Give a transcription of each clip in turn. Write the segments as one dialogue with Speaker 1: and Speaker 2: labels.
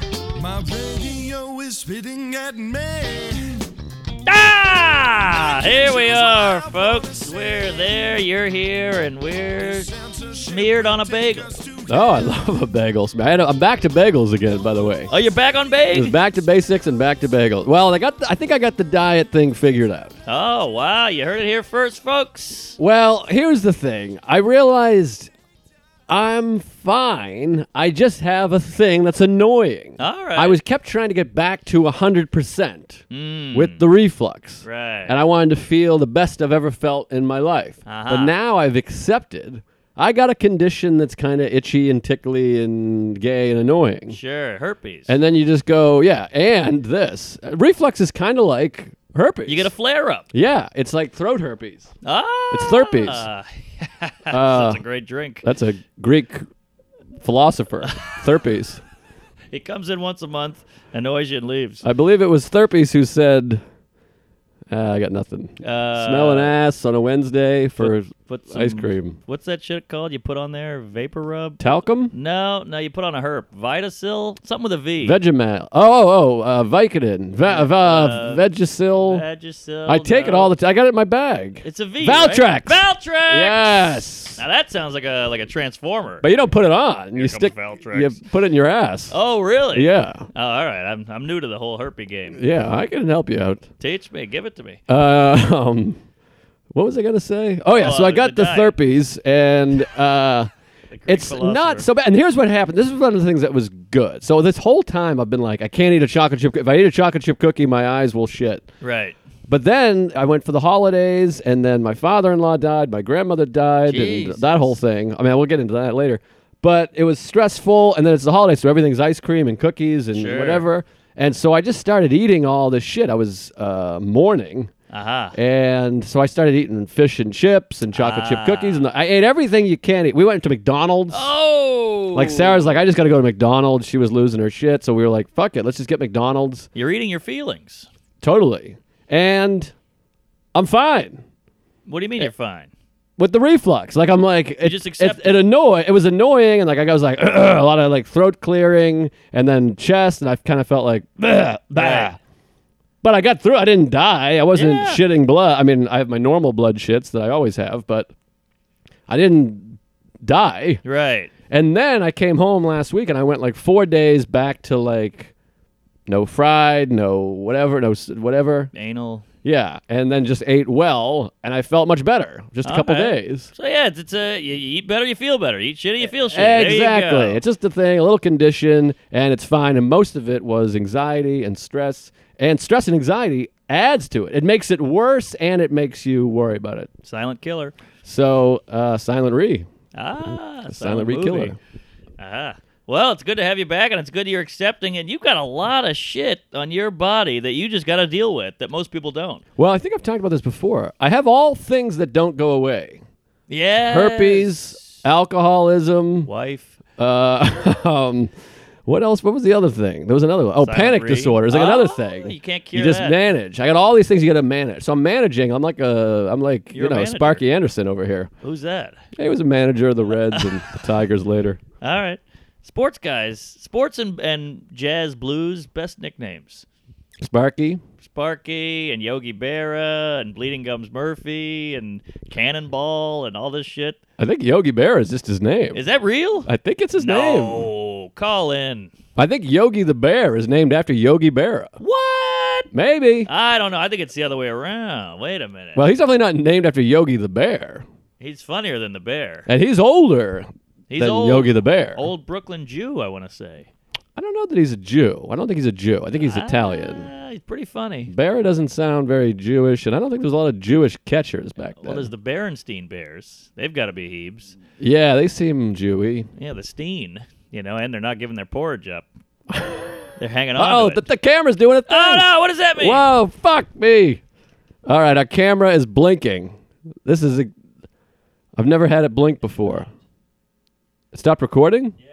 Speaker 1: My radio is spitting at me.
Speaker 2: Ah! Here we are, folks. We're there. You're here, and we're smeared on a bagel.
Speaker 3: Oh, I love a bagel. sm- I had a- I'm back to bagels again, by the way.
Speaker 2: Oh, you're back on
Speaker 3: It was
Speaker 2: bagel.
Speaker 3: back to basics and back to bagels. Well, I got. The, I think I got the diet thing figured out.
Speaker 2: Oh wow! You heard it here first, folks.
Speaker 3: Well, here's the thing. I realized I'm fine. I just have a thing that's
Speaker 4: Ah.
Speaker 3: annoying.
Speaker 2: All right.
Speaker 3: I was kept trying to get back to 100%
Speaker 2: Mm,
Speaker 3: with the reflux.
Speaker 2: right.
Speaker 3: And I wanted to feel the best I've ever felt in my life.
Speaker 2: Uh-huh.
Speaker 3: But now I've accepted I got a condition that's kind of itchy and tickly and gay and annoying.
Speaker 2: sure, herpes.
Speaker 3: And then you just go, yeah, and this. Uh, Reflux is kind of like herpes.
Speaker 2: you get a flare up.
Speaker 3: Yeah, it's like throat herpes.
Speaker 2: Ah,
Speaker 3: It's Uh, Slurpees.
Speaker 2: That's Ah. a great drink.
Speaker 3: That's a Greek philosopher, Therpes.
Speaker 2: It comes in once a month, annoys you, and leaves.
Speaker 3: I believe it was Therpes who said, ah, I got nothing.
Speaker 2: Uh,
Speaker 3: Smell an ass on a Wednesday for
Speaker 2: put some-
Speaker 3: ice cream.
Speaker 2: What's that shit called? You put on there vapor rub?
Speaker 3: Talcum?
Speaker 2: No, no, you put on a herb, Vitacil, something with a V.
Speaker 3: Vegemite. Oh, oh, oh uh, Vicodin. Va- va-
Speaker 2: Uh,
Speaker 3: Vegisil.
Speaker 2: Vagisil,
Speaker 3: I take it
Speaker 2: no.
Speaker 3: all the time. I got it in my bag.
Speaker 2: It's a V.
Speaker 3: Valtrex.
Speaker 2: Right? Valtrex.
Speaker 3: Yes.
Speaker 2: Now that sounds like a like a transformer.
Speaker 3: But you don't put it on. you
Speaker 2: comes
Speaker 3: stick.
Speaker 2: Valtrex.
Speaker 3: You put it in your ass.
Speaker 2: oh, really?
Speaker 3: Yeah.
Speaker 2: Oh, all right. I'm I'm new to the whole herpy game.
Speaker 3: Yeah, I can help you out.
Speaker 2: Teach me. Give it to me.
Speaker 3: Uh, um, what was I gonna say? Oh yeah,
Speaker 2: Oh,
Speaker 3: so I
Speaker 2: the
Speaker 3: got the
Speaker 2: diet.
Speaker 3: Therpes, and uh,
Speaker 2: The Greek
Speaker 3: it's
Speaker 2: philosopher.
Speaker 3: not so bad. And here's what happened. This is one of the things that was good. So this whole time I've been like, I can't eat a chocolate chip. coo- If I eat a chocolate chip cookie, my eyes will shit.
Speaker 2: right.
Speaker 3: But then I went for the holidays, and then my father-in-law died, my grandmother died,
Speaker 2: Jesus.
Speaker 3: and that whole thing. I mean, we'll get into that later. But it was stressful, and then it's the holidays, so everything's ice cream and cookies and
Speaker 2: Sure.
Speaker 3: whatever. And so I just started eating all this shit. I was uh, mourning.
Speaker 2: Aha.
Speaker 3: And so I started eating fish and chips and chocolate
Speaker 2: Ah.
Speaker 3: chip cookies, and I ate everything you can eat. We went to McDonald's.
Speaker 2: Oh.
Speaker 3: Like Sarah's like, I just got to go to McDonald's. She was losing her shit, so we were like, fuck it, let's just get McDonald's.
Speaker 2: You're eating your feelings.
Speaker 3: Totally, and I'm fine
Speaker 2: What do you
Speaker 3: Eh.
Speaker 2: mean you're fine?
Speaker 3: with the reflux. Like I'm like, it
Speaker 2: just
Speaker 3: it-
Speaker 2: accept
Speaker 3: it. annoyed. It was annoying, and like I was like a lot of like throat clearing, and then chest, and I kind of felt like bah, bah.
Speaker 2: Right.
Speaker 3: But I got through. I didn't die. I wasn't
Speaker 2: Yeah.
Speaker 3: shitting blood. I mean, I have my normal blood shits that I always have, but I didn't die.
Speaker 2: Right.
Speaker 3: And then I came home last week and I went like four days back to like no fried, no whatever, no s- whatever.
Speaker 2: Anal.
Speaker 3: Yeah. And then just ate well and I felt much better. Just a
Speaker 2: All
Speaker 3: couple
Speaker 2: right.
Speaker 3: days.
Speaker 2: So yeah, it's, it's a you, you eat better, you feel better. You eat shitty, you feel shitty. There you
Speaker 3: Exactly.
Speaker 2: go.
Speaker 3: It's just a thing, a little condition, and it's fine. And most of it was anxiety and stress. And stress and anxiety adds to it. It makes it worse and it makes you worry about it.
Speaker 2: Silent killer.
Speaker 3: So, uh, Silent Re.
Speaker 2: Ah, silent,
Speaker 3: Silent Re
Speaker 2: movie.
Speaker 3: Killer.
Speaker 2: Ah. Well, it's good to have you back, and it's good you're accepting. And you've got a lot of shit on your body that you just got to deal with that most people don't.
Speaker 3: Well, I think I've talked about this before. I have all things that don't go away.
Speaker 2: Yeah.
Speaker 3: herpes, alcoholism.
Speaker 2: Wife.
Speaker 3: Uh, um, what else? What was the other thing? There was another one. Oh,
Speaker 2: Silent
Speaker 3: panic
Speaker 2: Re.
Speaker 3: disorder is like
Speaker 2: Oh,
Speaker 3: another thing.
Speaker 2: you can't
Speaker 3: You
Speaker 2: cure
Speaker 3: just
Speaker 2: that.
Speaker 3: manage. I got all these things you got to manage. So I'm managing. I'm like a, I'm like
Speaker 2: You're
Speaker 3: you
Speaker 2: a
Speaker 3: know
Speaker 2: manager.
Speaker 3: Sparky Anderson over here.
Speaker 2: Who's that?
Speaker 3: He was a manager of the Reds and the Tigers later.
Speaker 2: All right. Sports guys, sports and, and jazz blues, best nicknames.
Speaker 3: Sparky,
Speaker 2: Sparky and Yogi Berra and Bleeding Gums Murphy and Cannonball and all this shit.
Speaker 3: I think Yogi Berra is just his name.
Speaker 2: Is that real?
Speaker 3: I think it's his name.
Speaker 2: no. Call in.
Speaker 3: I think Yogi the Bear is named after Yogi Berra.
Speaker 2: What?
Speaker 3: Maybe.
Speaker 2: I don't know. I think it's the other way around. Wait a minute.
Speaker 3: Well, he's definitely not named after Yogi the Bear,
Speaker 2: He's funnier than the bear.
Speaker 3: and he's older
Speaker 2: He's
Speaker 3: than
Speaker 2: old.
Speaker 3: Yogi the Bear.
Speaker 2: Old Brooklyn Jew, I want to say.
Speaker 3: I don't know that he's a Jew. I don't think he's a Jew. I think he's Italian.
Speaker 2: Ah, he's pretty funny.
Speaker 3: Barra doesn't sound very Jewish, and I don't think there's a lot of Jewish catchers back then.
Speaker 2: Well, there's the Berenstein Bears. They've got to be Hebes.
Speaker 3: yeah, they seem Jewy.
Speaker 2: Yeah, the Steen, you know, and they're not giving their porridge up. They're hanging on.
Speaker 3: Oh,
Speaker 2: to
Speaker 3: the,
Speaker 2: it.
Speaker 3: the camera's doing a thing.
Speaker 2: oh no! What does that mean?
Speaker 3: Whoa, fuck me. All right, our camera is blinking. This is a. I've never had it blink before. It stopped recording? Yeah.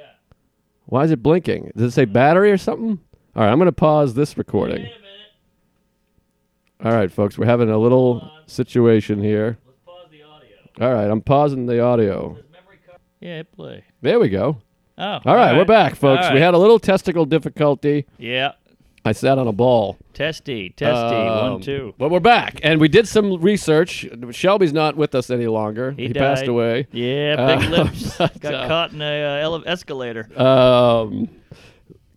Speaker 3: Why is it blinking? Does it say battery or something? All right, I'm going to pause this recording.
Speaker 2: Wait a minute.
Speaker 3: All right, folks, we're having a little situation here.
Speaker 2: Let's pause the audio.
Speaker 3: All right, I'm pausing the audio.
Speaker 2: Memory card. Yeah, hit play.
Speaker 3: There we go.
Speaker 2: Oh.
Speaker 3: All right, we're back, folks.
Speaker 2: All
Speaker 3: We
Speaker 2: right.
Speaker 3: had a little testicle difficulty.
Speaker 2: Yeah.
Speaker 3: I sat on a ball.
Speaker 2: Testy. Testy.
Speaker 3: Um,
Speaker 2: one two.
Speaker 3: But we're back, and we did some research. Shelby's not with us any longer. He, passed
Speaker 2: died.
Speaker 3: away.
Speaker 2: Yeah, big
Speaker 3: Uh,
Speaker 2: lips.
Speaker 3: but,
Speaker 2: Got
Speaker 3: uh,
Speaker 2: caught in a uh, ele- escalator.
Speaker 3: Um,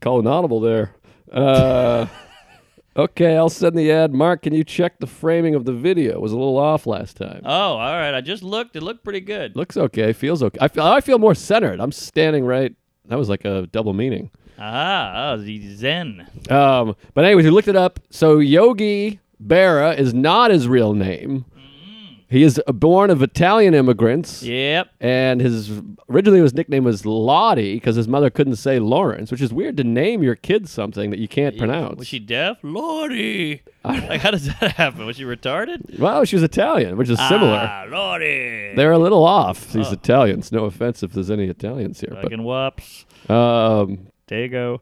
Speaker 3: call an audible there. Uh, okay, I'll send the ad. Mark, can you check the framing of the video? It was a little off last time.
Speaker 2: oh, all right. I just looked. It looked pretty good.
Speaker 3: Looks okay. Feels okay. I feel. I feel more centered. I'm standing right. That was like a double meaning.
Speaker 2: Ah, oh, the Zen.
Speaker 3: Um, but anyways, we looked it up. So Yogi Berra is not his real name.
Speaker 2: Mm.
Speaker 3: He is uh, born of Italian immigrants.
Speaker 2: Yep.
Speaker 3: And his originally his nickname was Lottie because his mother couldn't say Lawrence, which is weird to name your kid something that you can't pronounce.
Speaker 2: Was she deaf? Lordy. like, how does that happen? Was she retarded?
Speaker 3: well, she was Italian, which is similar.
Speaker 2: Ah, Oh. Lordy.
Speaker 3: They're a little off. These Italians. No offense if there's any Italians here,
Speaker 2: Fucking whops.
Speaker 3: but um,
Speaker 2: Dago.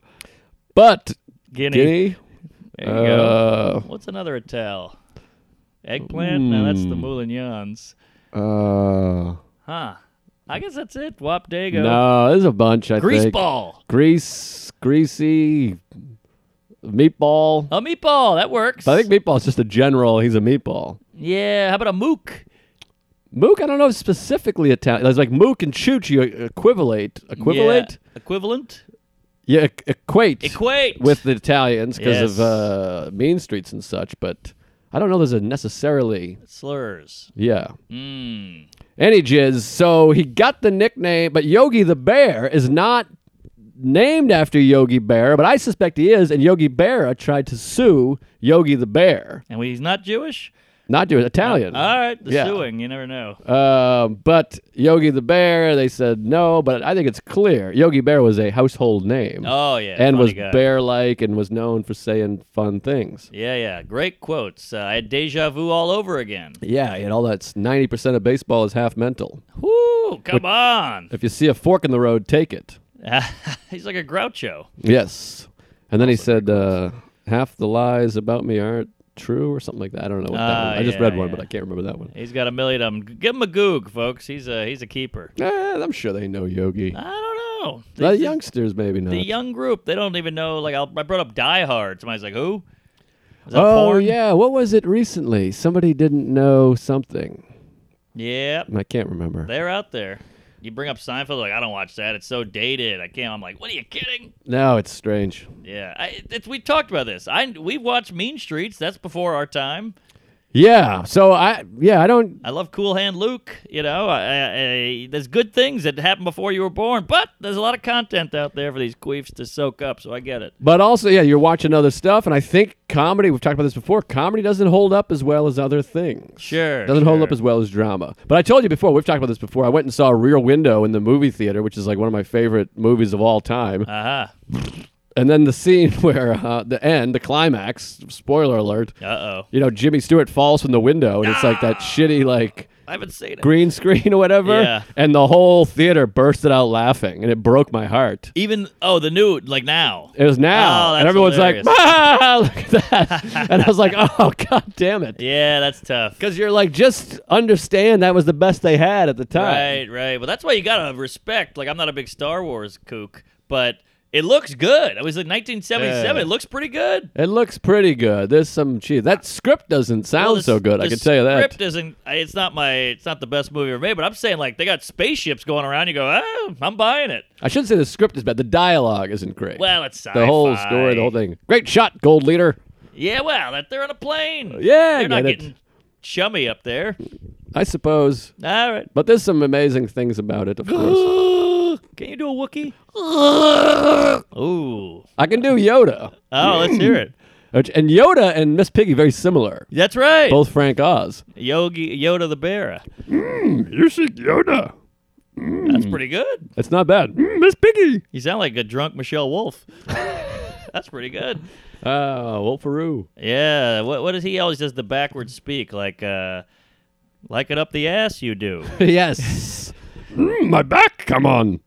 Speaker 3: but
Speaker 2: Guinea.
Speaker 3: Guinea.
Speaker 2: There you go.
Speaker 3: Uh,
Speaker 2: What's another Ital? Eggplant?
Speaker 3: hmm.
Speaker 2: No, that's the Moulignons.
Speaker 3: uh,
Speaker 2: Huh. I guess that's it. Wop Dago.
Speaker 3: no, there's a bunch. I think.
Speaker 2: Greaseball.
Speaker 3: grease, greasy, meatball.
Speaker 2: A meatball. That works.
Speaker 3: But I think meatball's just a general. He's a meatball.
Speaker 2: yeah. How about a mook?
Speaker 3: Mook, I don't know if specifically Italian. It's like mook and chooch. You equivalate, equivalent,
Speaker 2: Yeah. Equivalent?
Speaker 3: yeah, equ- equate,
Speaker 2: Equate.
Speaker 3: with the Italians because of
Speaker 2: Yes.
Speaker 3: uh, mean streets and such. But I don't know. There's a necessarily,
Speaker 2: slurs.
Speaker 3: yeah.
Speaker 2: Mmm.
Speaker 3: Mm. Any jizz. So he got the nickname, but Yogi the Bear is not named after Yogi Bear, but I suspect he is. And Yogi Berra tried to sue Yogi the Bear.
Speaker 2: And he's not Jewish?
Speaker 3: Not Jewish, Italian.
Speaker 2: All right. The
Speaker 3: Yeah.
Speaker 2: suing. You never know.
Speaker 3: Um, but Yogi the Bear, they said no, but I think it's clear. Yogi Bear was a household name
Speaker 2: Oh, yeah.
Speaker 3: and
Speaker 2: funny
Speaker 3: was
Speaker 2: guy.
Speaker 3: bear like and was known for saying fun things.
Speaker 2: Yeah, yeah. Great quotes. Uh, I had deja vu all over again.
Speaker 3: Yeah, and all that's 90% of baseball is half mental.
Speaker 2: Whoo, come on.
Speaker 3: If you see a fork in the road, take it.
Speaker 2: He's like a groucho.
Speaker 3: Yes. And then he said, uh, half the lies about me aren't true or something like that. I don't know what that
Speaker 2: Ah,
Speaker 3: one. I just
Speaker 2: yeah,
Speaker 3: read one,
Speaker 2: yeah.
Speaker 3: but I can't remember that one.
Speaker 2: He's got a million of them. Give him a goog, folks. He's a he's a keeper.
Speaker 3: Eh, I'm sure they know Yogi.
Speaker 2: I don't know. The,
Speaker 3: The youngsters maybe not.
Speaker 2: the young group, they don't even know. Like I'll, I brought up Die Hard. Somebody's like, who? Is that
Speaker 3: oh,
Speaker 2: porn?
Speaker 3: yeah. What was it recently? Somebody didn't know something.
Speaker 2: Yeah,
Speaker 3: I can't remember.
Speaker 2: they're out there. You bring up Seinfeld, like I don't watch that. It's so dated. I can't. I'm like, what are you kidding?
Speaker 3: No, it's strange.
Speaker 2: Yeah, I, it's, we talked about this. I we watched Mean Streets. That's before our time.
Speaker 3: Yeah. So I yeah, I don't
Speaker 2: I love Cool Hand Luke. You know, I, I, I, there's good things that happened before you were born, but there's a lot of content out there for these queefs to soak up. So I get it.
Speaker 3: but also yeah, you're watching other stuff and I think comedy, we've talked about this before, comedy doesn't hold up as well as other things.
Speaker 2: Sure.
Speaker 3: Doesn't hold up
Speaker 2: sure.
Speaker 3: as well as drama. But I told you before, we've talked about this before. I went and saw Rear Window in the movie theater, which is like one of my favorite movies of all time.
Speaker 2: Uh huh.
Speaker 3: And then the scene where uh, the end, the climax, spoiler alert,
Speaker 2: Uh oh.
Speaker 3: you know, Jimmy Stewart falls from the window and it's like that shitty like
Speaker 2: I haven't seen it.
Speaker 3: green screen or whatever
Speaker 2: Yeah.
Speaker 3: and the whole theater bursted out laughing and it broke my heart.
Speaker 2: Even oh the new like now.
Speaker 3: It was now,
Speaker 2: Oh,
Speaker 3: and
Speaker 2: that's
Speaker 3: everyone's
Speaker 2: hilarious.
Speaker 3: like, "Ah, look at that!" and I was like, "Oh, god damn it!"
Speaker 2: Yeah, that's tough.
Speaker 3: Because you're like, just understand that was the best they had at the time.
Speaker 2: Right, right. Well, that's why you gotta respect. Like I'm not a big Star Wars kook, but it looks good. It was like 1977.
Speaker 3: Yeah.
Speaker 2: It looks pretty good.
Speaker 3: It looks pretty good. There's some cheese. That script doesn't sound
Speaker 2: Well, the s-
Speaker 3: so good. I
Speaker 2: the
Speaker 3: can tell you that.
Speaker 2: Script isn't. I- It's not my. It's not the best movie ever made. But I'm saying like they got spaceships going around. You go, oh, I'm buying it.
Speaker 3: I should say the script is bad. The dialogue isn't great.
Speaker 2: Well, it's
Speaker 3: the whole story, the whole thing. Great shot, gold leader.
Speaker 2: Yeah, well, that they're on a plane.
Speaker 3: Uh, yeah, I
Speaker 2: they're not
Speaker 3: get it.
Speaker 2: getting chummy up there.
Speaker 3: I suppose.
Speaker 2: All right.
Speaker 3: But there's some amazing things about it, of course.
Speaker 2: Can you do a Wookie? Ooh.
Speaker 3: I can do Yoda.
Speaker 2: Oh, let's hear it.
Speaker 3: Which- And Yoda and Miss Piggy, very similar.
Speaker 2: That's right.
Speaker 3: Both Frank Oz.
Speaker 2: Yogi Yoda the Bear.
Speaker 3: You see Yoda. Mm.
Speaker 2: That's pretty good.
Speaker 3: It's not bad. Miss Piggy.
Speaker 2: You sound like a drunk Michelle Wolf. That's pretty good.
Speaker 3: Oh, Wolf Roo.
Speaker 2: Yeah. What What does he always does the backwards speak like? uh like it up the ass, you do.
Speaker 3: yes. Mm, my back, come on.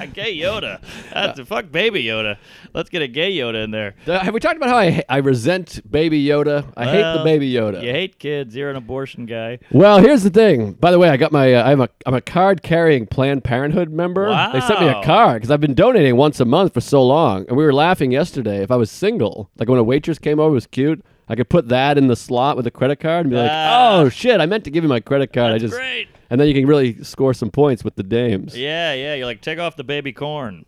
Speaker 2: A gay Yoda. That's fuck baby Yoda. Let's get a gay Yoda in there.
Speaker 3: Uh, have we talked about how I, I resent Baby Yoda? I hate the
Speaker 2: Well,
Speaker 3: Baby Yoda.
Speaker 2: You hate kids. You're an abortion guy.
Speaker 3: Well, here's the thing. By the way, I got my uh, I'm a I'm a card carrying Planned Parenthood member. They sent me a
Speaker 2: Wow.
Speaker 3: card because I've been donating once a month for so long, and we were laughing yesterday. If I was single, like when a waitress came over, it was cute. I could put that in the slot with a credit card and be like,
Speaker 2: Ah.
Speaker 3: "Oh shit, I meant to give you my credit card. I
Speaker 2: That's
Speaker 3: just,"
Speaker 2: great.
Speaker 3: and then you can really score some points with the dames.
Speaker 2: Yeah, yeah. You're like, take off the baby corn.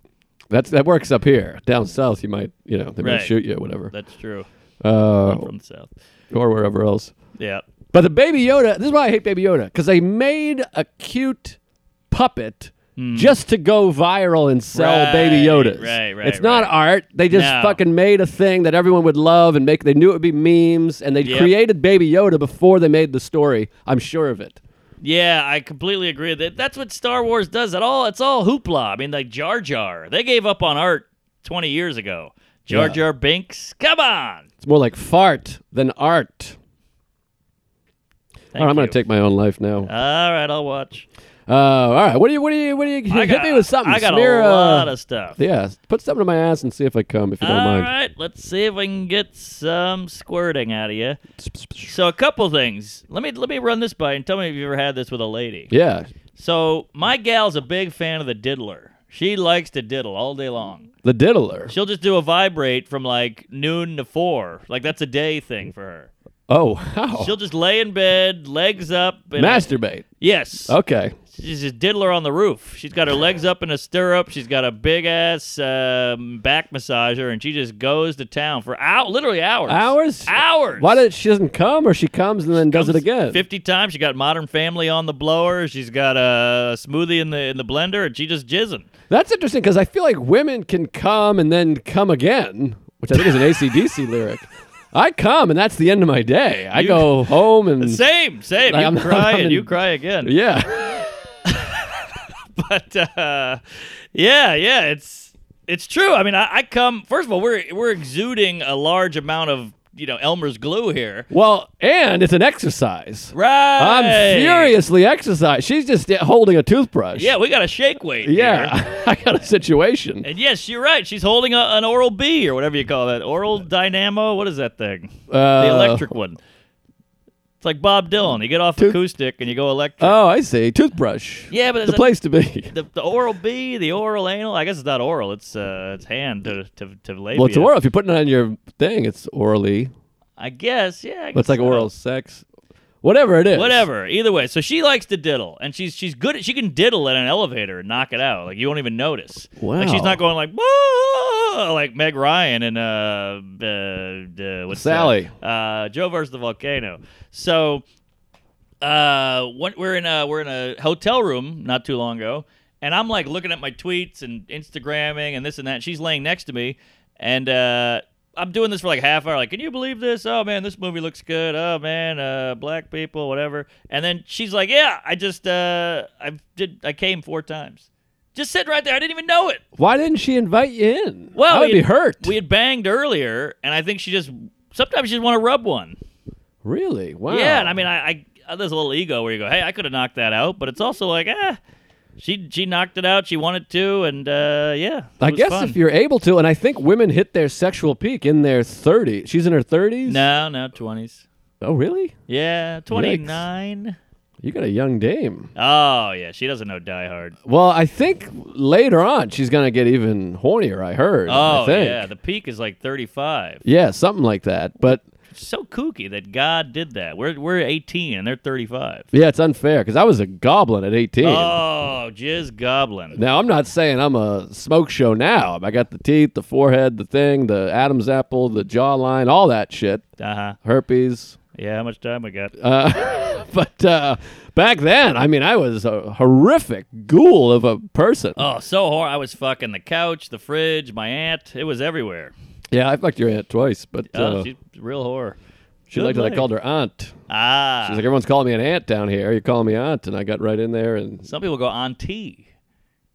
Speaker 3: That's that works up here. Down south, you might you know they
Speaker 2: Right.
Speaker 3: might shoot you or whatever,
Speaker 2: That's true.
Speaker 3: uh,
Speaker 2: From the south.
Speaker 3: or wherever else.
Speaker 2: Yeah.
Speaker 3: But the Baby Yoda, this is why I hate Baby Yoda, because they made a cute puppet just to go viral and sell
Speaker 2: Hmm. Right,
Speaker 3: Baby Yodas.
Speaker 2: right, right,
Speaker 3: It's not
Speaker 2: right.
Speaker 3: art. They just
Speaker 2: No.
Speaker 3: fucking made a thing that everyone would love and make. They knew it would be memes, and they
Speaker 2: Yep.
Speaker 3: created Baby Yoda before they made the story. I'm sure of it.
Speaker 2: Yeah, I completely agree. That that's what Star Wars does. It all it's all hoopla. I mean, like Jar Jar. They gave up on art twenty years ago. Jar
Speaker 3: Yeah.
Speaker 2: Jar Binks. Come on.
Speaker 3: It's more like fart than art. all right, I'm gonna
Speaker 2: you.
Speaker 3: take my own life now.
Speaker 2: All right, I'll watch.
Speaker 3: Uh, all right, what do you, what do you, what do you?
Speaker 2: I
Speaker 3: Hit
Speaker 2: got,
Speaker 3: me with something.
Speaker 2: I got
Speaker 3: Smear,
Speaker 2: a lot
Speaker 3: uh,
Speaker 2: of stuff.
Speaker 3: yeah, put something in my ass and see if I come. If you
Speaker 2: All
Speaker 3: don't mind.
Speaker 2: right, let's see if I can get some squirting out of you. So a couple things. Let me let me run this by you and tell me if you ever had this with a lady.
Speaker 3: Yeah,
Speaker 2: So my gal's a big fan of the diddler. She likes to diddle all day long.
Speaker 3: the diddler.
Speaker 2: She'll just do a vibrate from like noon to four. Like that's a day thing for her.
Speaker 3: Oh, how?
Speaker 2: She'll just lay in bed, legs up. And
Speaker 3: Masturbate.
Speaker 2: Yes.
Speaker 3: Okay.
Speaker 2: She's a diddler on the roof. She's got her legs up in a stirrup. She's got a big ass um, back massager, and she just goes to town for out literally hours.
Speaker 3: Hours?
Speaker 2: Hours.
Speaker 3: Why does she doesn't come, or she comes and then does it
Speaker 2: Comes
Speaker 3: again?
Speaker 2: Fifty times. She got Modern Family on the blower. She's got a smoothie in the in the blender, and she just jizzing.
Speaker 3: That's interesting because I feel like women can come and then come again, which I think is an ACDC lyric. I come and that's the end of my day. I
Speaker 2: You-
Speaker 3: go home and
Speaker 2: Same, same.
Speaker 3: Mm. Like,
Speaker 2: you
Speaker 3: I'm not-
Speaker 2: cry
Speaker 3: I'm
Speaker 2: and you
Speaker 3: in-
Speaker 2: cry again.
Speaker 3: yeah.
Speaker 2: But uh, yeah, yeah, it's it's true. I mean, I, I come first of all. We're we're exuding a large amount of you know Elmer's glue here.
Speaker 3: Well, and it's an exercise.
Speaker 2: Right.
Speaker 3: I'm furiously exercise. She's just uh, holding a toothbrush.
Speaker 2: Yeah, we got a shake weight. here.
Speaker 3: Yeah. I got a situation.
Speaker 2: And yes, you're right. She's holding a, an oral B or whatever you call that. Oral dynamo. What is that thing?
Speaker 3: Uh,
Speaker 2: the electric one. It's like Bob Dylan. You get off acoustic and you go electric.
Speaker 3: Oh, I see. Toothbrush.
Speaker 2: yeah, but
Speaker 3: The
Speaker 2: there's a-
Speaker 3: place to be.
Speaker 2: the, the oral B, the oral anal. I guess it's not oral. It's uh, it's hand to to, to labia.
Speaker 3: Well, it's oral. If you're putting it on your thing, it's orally.
Speaker 2: I guess. Yeah. I
Speaker 3: Well, it's
Speaker 2: guess
Speaker 3: like
Speaker 2: so.
Speaker 3: oral sex, whatever it is.
Speaker 2: Whatever. Either way, so she likes to diddle, and she's she's good. At, she can diddle at an elevator and knock it out. Like you won't even notice. Like she's
Speaker 3: Wow.
Speaker 2: not going like "Whoa," like Meg Ryan and uh, uh, uh what's that?
Speaker 3: Sally.
Speaker 2: Uh, Joe versus the volcano. So uh, when, we're in a we're in a hotel room not too long ago, and I'm like looking at my tweets and Instagramming and this and that. She's laying next to me, and uh, I'm doing this for like a half hour. Like, can you believe this? Oh man, this movie looks good. Oh man, uh, black people, whatever. And then she's like, Yeah, I just uh, I did I came four times, just sitting right there. I didn't even know it.
Speaker 3: Why didn't she invite you in?
Speaker 2: Well,
Speaker 3: I would
Speaker 2: we
Speaker 3: be
Speaker 2: had-
Speaker 3: hurt.
Speaker 2: We had banged earlier, and I think she just sometimes she just want to rub one.
Speaker 3: really? Wow.
Speaker 2: Yeah, and I mean, I, I there's a little ego where you go, hey, I could have knocked that out, but it's also like, ah, she she knocked it out, she wanted to, and uh, yeah, it
Speaker 3: I
Speaker 2: was
Speaker 3: guess
Speaker 2: fun.
Speaker 3: if you're able to, and I think women hit their sexual peak in their 30s. She's in her 30s.
Speaker 2: no, no, twenties,
Speaker 3: Oh, really?
Speaker 2: yeah, twenty nine.
Speaker 3: You got a young dame.
Speaker 2: Oh yeah, she doesn't know Die Hard.
Speaker 3: Well, I think later on she's gonna get even hornier. I heard. I
Speaker 2: Oh
Speaker 3: think.
Speaker 2: yeah, the peak is like thirty five.
Speaker 3: Yeah, something like that. But
Speaker 2: It's so kooky that God did that. We're we're eighteen and they're thirty five.
Speaker 3: yeah, it's unfair because I was a goblin at 18.
Speaker 2: Oh, jizz goblin.
Speaker 3: Now I'm not saying I'm a smoke show now. I got the teeth, the forehead, the thing, the Adam's apple, the jawline, all that shit.
Speaker 2: Uh huh.
Speaker 3: Herpes.
Speaker 2: Yeah, how much time we got?
Speaker 3: Uh, but uh, back then, I mean, I was a horrific ghoul of a person.
Speaker 2: oh, so hor I was fucking the couch, the fridge, my aunt. It was everywhere.
Speaker 3: Yeah, I fucked your aunt twice, but
Speaker 2: Oh,
Speaker 3: uh,
Speaker 2: she's real horror.
Speaker 3: she liked
Speaker 2: good
Speaker 3: that I
Speaker 2: life.
Speaker 3: called her aunt.
Speaker 2: Ah.
Speaker 3: She's like, everyone's calling me an aunt down here. You're calling me aunt, and I got right in there and
Speaker 2: some people go auntie.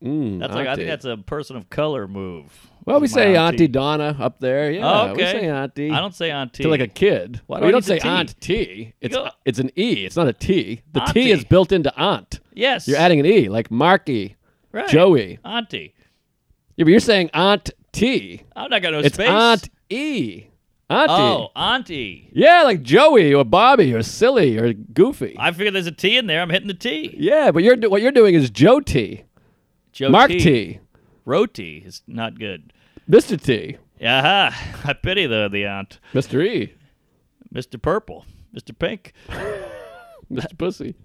Speaker 3: mm,
Speaker 2: That's like I
Speaker 3: auntie.
Speaker 2: think that's a person of color move.
Speaker 3: Well, we
Speaker 2: My
Speaker 3: say
Speaker 2: auntie.
Speaker 3: auntie. Donna up there. Yeah,
Speaker 2: Oh, okay.
Speaker 3: we say auntie.
Speaker 2: I don't say auntie.
Speaker 3: to like a kid.
Speaker 2: Why do
Speaker 3: we
Speaker 2: I
Speaker 3: don't
Speaker 2: need the
Speaker 3: say
Speaker 2: T?
Speaker 3: aunt T. It's
Speaker 2: go-
Speaker 3: it's an E. It's not a T. The
Speaker 2: Auntie.
Speaker 3: T is built into aunt.
Speaker 2: yes.
Speaker 3: You're adding an E, like Marky,
Speaker 2: right.
Speaker 3: Joey.
Speaker 2: Auntie.
Speaker 3: Yeah, but you're saying aunt T.
Speaker 2: I'm not got no
Speaker 3: It's
Speaker 2: space.
Speaker 3: aunt E. Auntie.
Speaker 2: Oh, auntie.
Speaker 3: Yeah, like Joey or Bobby or Silly or Goofy.
Speaker 2: I figure there's a T in there. I'm hitting the T.
Speaker 3: yeah, but you're do- what you're doing is Joe T,
Speaker 2: Joe
Speaker 3: Mark
Speaker 2: T.
Speaker 3: T,
Speaker 2: Roti is not good.
Speaker 3: Mr. T,
Speaker 2: Aha. I pity the the aunt.
Speaker 3: Mr. E,
Speaker 2: Mr. Purple. Mr. Pink.
Speaker 3: Mr. Pussy.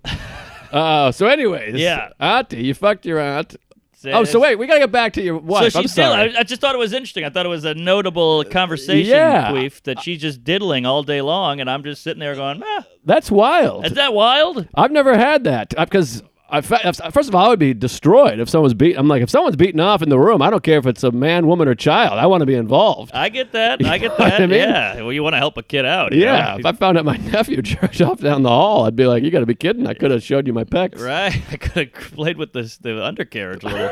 Speaker 3: Uh, so anyway, this-
Speaker 2: Yeah.
Speaker 3: auntie, you fucked your aunt.
Speaker 2: Says-
Speaker 3: Oh, so wait, we gotta get back to your
Speaker 2: So
Speaker 3: wife.
Speaker 2: she
Speaker 3: I'm
Speaker 2: still.
Speaker 3: sorry.
Speaker 2: I, I just thought it was interesting. I thought it was a notable conversation,
Speaker 3: yeah.
Speaker 2: queef, that she's just diddling all day long, and I'm just sitting there going, ah,
Speaker 3: That's wild.
Speaker 2: "Is that wild?"
Speaker 3: I've never had that because I, fe- if- first of all, I would be destroyed if someone's beat. I'm like, if someone's beating off in the room, I don't care if it's a man, woman, or child. I want to be involved.
Speaker 2: I get that. I get
Speaker 3: know
Speaker 2: that.
Speaker 3: what I mean?
Speaker 2: Yeah. Well, you want to help a kid out. you
Speaker 3: yeah,
Speaker 2: know?
Speaker 3: if I found out my nephew jerked off down the hall, I'd be like, "You got to be kidding! I could have showed you my pecs."
Speaker 2: Right. I could have played with this the undercarriage a little.